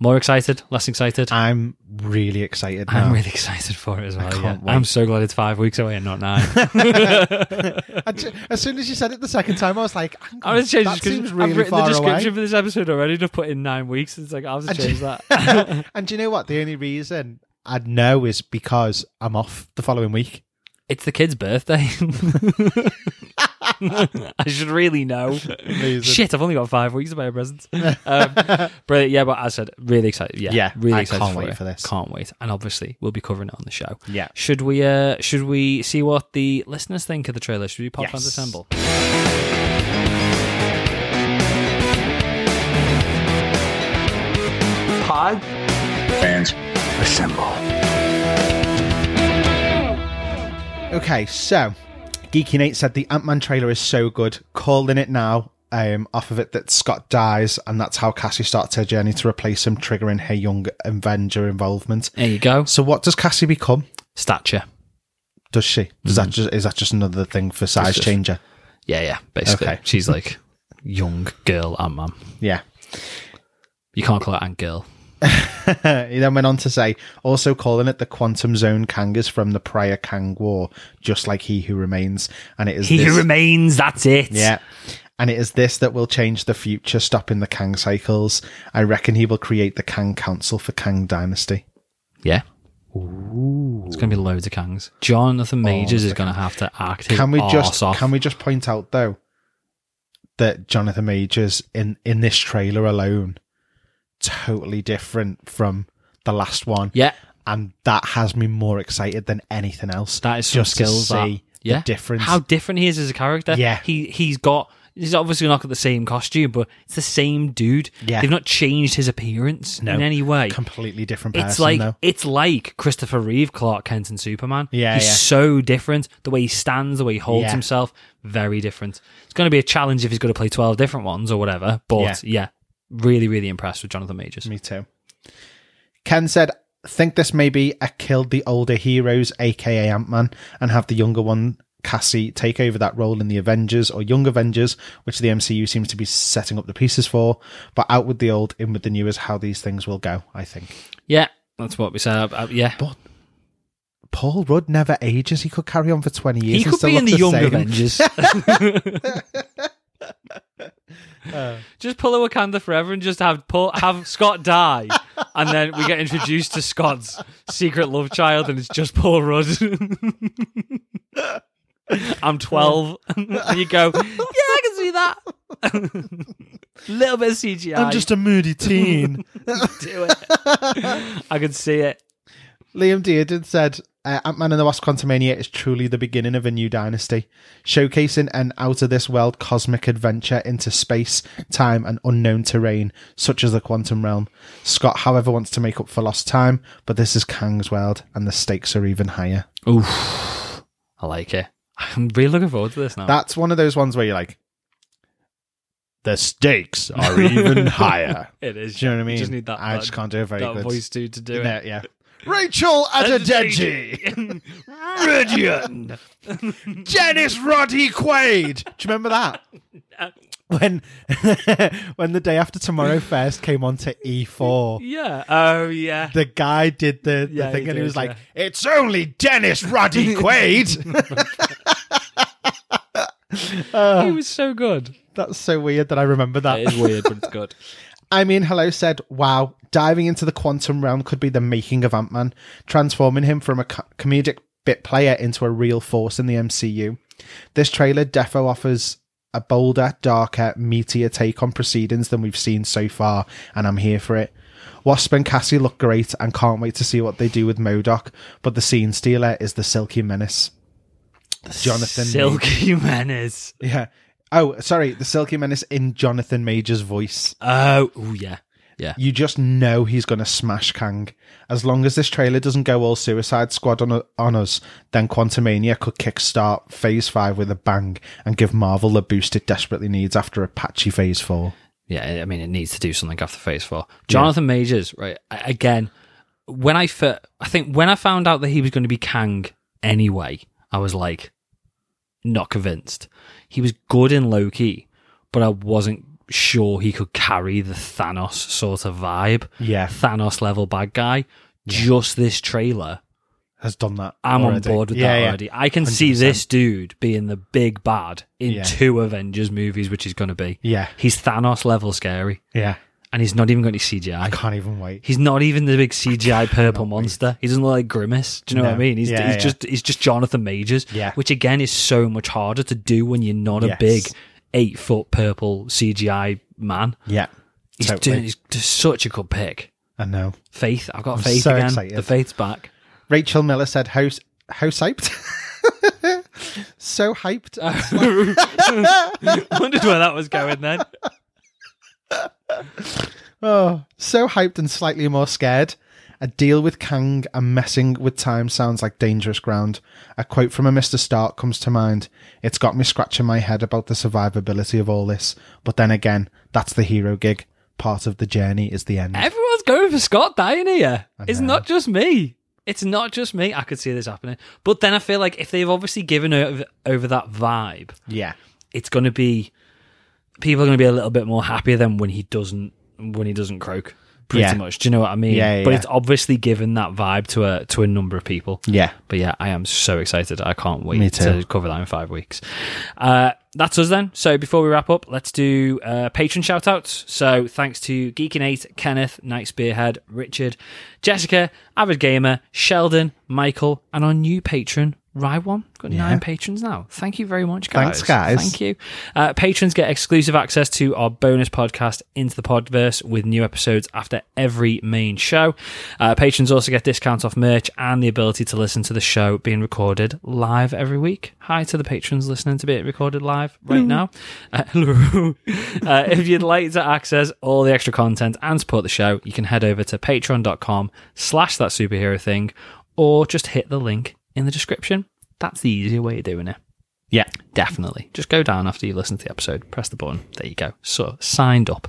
More excited? Less excited?
I'm really excited now.
I'm really excited for it as well. yeah.
can't wait.
I'm so glad it's five weeks away and not nine.
I ju- as soon as you said it the second time, I was like, hang
I
on,
want to change the
that
description.
seems really
I've written
far
the description
away.
for this episode already. Just put in nine weeks. It's like, I'll have to
ju-
change that.
and do you know what? The only reason I'd know is because I'm off the following week.
it's the kid's birthday. I should really know.
Amazing.
Shit, I've only got five weeks to buy a present. Um, brilliant. Yeah, but as I said, really excited. Yeah,
Yeah,
really
I
excited
can't
for
wait
it.
for this.
Can't wait. And obviously, we'll be covering it on the show.
Yeah.
Should we? Uh, should we see what the listeners think of the trailer? Should we pop
Yes.
fans assemble?
pod
fans assemble.
Okay, so Geeky Nate said the Ant Man trailer is so good. Calling it now. Um, off of it that Scott dies, and that's how Cassie starts her journey to replace him, triggering her young Avenger involvement.
There you go.
So, what does Cassie become?
Stature.
Does she? Does that just is that just another thing for size
Mm. just-
changer?
Yeah, yeah. Basically,
Okay.
she's like young girl and mum.
Yeah.
You can't call it Ant Girl.
he then went on to say, also calling it the Quantum Zone Kangas from the prior Kang War, just like He Who Remains. And it is
He
this,
remains. That's it.
yeah, and it is this that will change the future, stopping the Kang cycles. I reckon he will create the Kang Council for Kang Dynasty.
Yeah. It's going to be loads of Kangs. Jonathan Majors is going to have to act his
Oh, Can we just
arse off.
can we just point out though that Jonathan Majors in in this trailer alone totally different from the last one.
yeah.
and that has me more excited than anything else.
That is some
just
skills.
to
that-
see
yeah.
the difference.
How different he is as a character.
Yeah.
He he's got. He's obviously not got the same costume, but it's the same dude.
Yeah.
They've not changed his appearance in any way.
completely different person
It's like
though.
it's like Christopher Reeve, Clark Kent, and Superman.
Yeah,
he's
yeah.
so different. The way he stands, the way he holds
Yeah.
himself, very different. It's going to be a challenge if he's got to play twelve different ones or whatever. But yeah, really, really impressed with Jonathan Majors.
Me too. Ken said, think this may be a killed the older heroes, aka Ant Man, and have the younger one, Cassie, take over that role in the Avengers or Young Avengers, which the MCU seems to be setting up the pieces for. But out with the old, in with the new is how these things will go, I think.
Yeah, that's what we said. Uh, uh, yeah,
Paul Rudd never ages. He could carry on for 20 years.
he
and
could
still
be in
look
the Young
same.
Avengers. just pull a Wakanda forever and just have pull, have Scott die, and then we get introduced to Scott's secret love child, and it's just Paul Rudd. I'm 12. and you go, yeah, I can see that. Little bit of CGI.
I'm just a moody teen.
do it. I can see it.
Liam Dearden said, uh, Ant Man and the Wasp Quantumania is truly the beginning of a new dynasty, showcasing an out of this world cosmic adventure into space, time, and unknown terrain, such as the quantum realm. Scott, however, wants to make up for lost time, but this is Kang's world, and the stakes are even higher.
Oof. I like it. I'm really looking forward to this now.
That's one of those ones where you're like, the stakes are even higher.
it is.
Do you know what I mean?
just need that.
I
that-
just can't do it very
that
good.
voice dude to do
Yeah, yeah. Rachel Adadeji!
it.
Ridian. Janice Roddy Quaid. Do you remember that? When when the day after tomorrow first came on to E4,
yeah. Oh yeah.
the guy did the, the
Yeah, he
thing and he
did,
was like,
yeah.
"It's only Dennis Roddy Quaid."
He was so good.
That's so weird that I remember that.
It is weird, but it's good.
I mean, Hello said, wow, diving into the quantum realm could be the making of Ant Man, transforming him from a co- comedic bit player into a real force in the MCU. This trailer, Defo offers a bolder, darker, meatier take on proceedings than we've seen so far, and I'm here for it. Wasp and Cassie look great and can't wait to see what they do with Modoc, but the scene stealer is the Silky Menace. Jonathan
Silky Menace.
Yeah. Oh, sorry, the Silky Menace in Jonathan Major's voice.
Oh, ooh, yeah, yeah.
you just know he's going to smash Kang. As long as this trailer doesn't go all Suicide Squad on, on us, then Quantumania could kickstart Phase 5 with a bang and give Marvel the boost it desperately needs after a patchy Phase 4.
Yeah, I mean, it needs to do something after Phase Four. Jonathan Majors, right? I- Again, when I fir- I think when I found out that he was going to be Kang anyway, I was like, not convinced. He was good in Loki, but I wasn't sure he could carry the Thanos sort of vibe,
Yeah,
Thanos level bad guy. Just this trailer
has done that.
I'm
already.
on board with
Yeah,
that
yeah.
already. I can see this dude being the big bad in
Yeah.
two Avengers movies, which he's going to be.
Yeah,
He's Thanos level scary,
yeah.
and he's not even got any
I
CGI.
can't even wait.
He's not even the big CGI purple monster. He doesn't look like Grimace. Do you know
No.
what I mean? He's,
Yeah,
he's
yeah.
just he's just Jonathan Majors,
Yeah.
which again is so much harder to do when you're not a
Yes.
big eight foot purple CGI man.
Yeah,
He's
Totally.
doing he's just such a good pick.
I know.
Faith, I've got faith
so
again.
excited.
The faith's back.
Rachel Miller said, how, s- how hyped? so hyped.
Uh, Wondered where that was going then.
Oh, so hyped and slightly more scared. A deal with Kang and messing with time sounds like dangerous ground. A quote from a Mr. Stark comes to mind. It's got me scratching my head about the survivability of all this. But then again, that's the hero gig. Part of the journey is the end.
Everyone's going for Scott dying here. It's not just me. It's not just me. I could see this happening. But then I feel like if they've obviously given over, over that vibe,
Yeah.
it's going to be people are going to be a little bit more happier than when he doesn't when he doesn't croak. Pretty
Yeah.
much. Do you know what I mean?
Yeah, yeah,
but
yeah.
it's obviously given that vibe to a to a number of people.
Yeah.
But yeah, I am so excited. I can't wait
Me too.
to cover that in five weeks. Uh, that's us then. So before we wrap up, let's do uh, patron shout outs. So thanks to Geekin8, Kenneth, Night Spearhead, Richard, Jessica, Avid Gamer, Sheldon, Michael, and our new patron, Raiwan. Got nine patrons now. Thank you very much, guys.
Thanks, guys.
Thank you. Uh, patrons get exclusive access to our bonus podcast, Into the Podverse, with new episodes after every main show. Uh, patrons also get discounts off merch and the ability to listen to the show being recorded live every week. Hi to the patrons listening to be recorded live right now. Uh, hello. uh, if you'd like to access all the extra content and support the show, you can head over to patreon.com slash that superhero thing or just hit the link in the description. That's the easier way of doing it.
Yeah.
Definitely. Just go down after you listen to the episode, press the button. There you go. So signed up.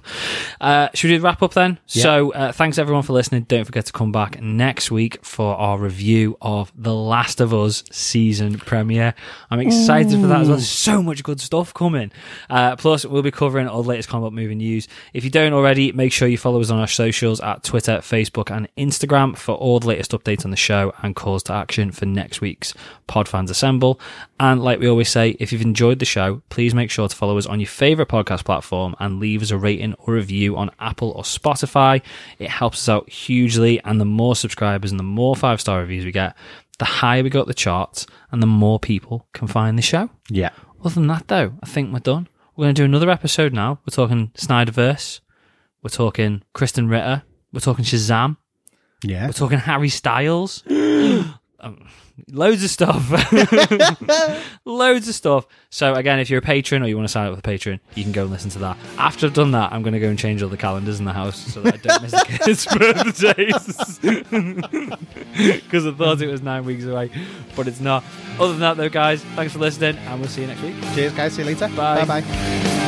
Uh, should we wrap up then? So uh, thanks everyone for listening. Don't forget to come back next week for our review of The Last of Us season premiere. I'm excited for that as well. So much good stuff coming. Uh, plus, we'll be covering all the latest combat movie news. If you don't already, make sure you follow us on our socials at Twitter, Facebook, and Instagram for all the latest updates on the show and calls to action for next week's Pod Fans Assemble. And like we always say, if you've enjoyed the show, please make sure to follow us on your favorite podcast platform and leave us a rating or review on Apple or Spotify. It helps us out hugely. And the more subscribers and the more five star reviews we get, the higher we go up the charts and the more people can find the show.
Yeah.
Other than that, though, I think we're done. We're going to do another episode now. We're talking Snyderverse. We're talking Kristen Ritter. We're talking Shazam.
Yeah.
We're talking Harry Styles. Um, loads of stuff. loads of stuff. So, again, if you're a patron or you want to sign up with a patron, you can go and listen to that. After I've done that, I'm going to go and change all the calendars in the house so that I don't miss the kids' birthdays. Because I thought it was nine weeks away, but it's not. Other than that, though, guys, thanks for listening, and we'll see you next week.
Cheers, guys. See you later.
Bye.
Bye bye.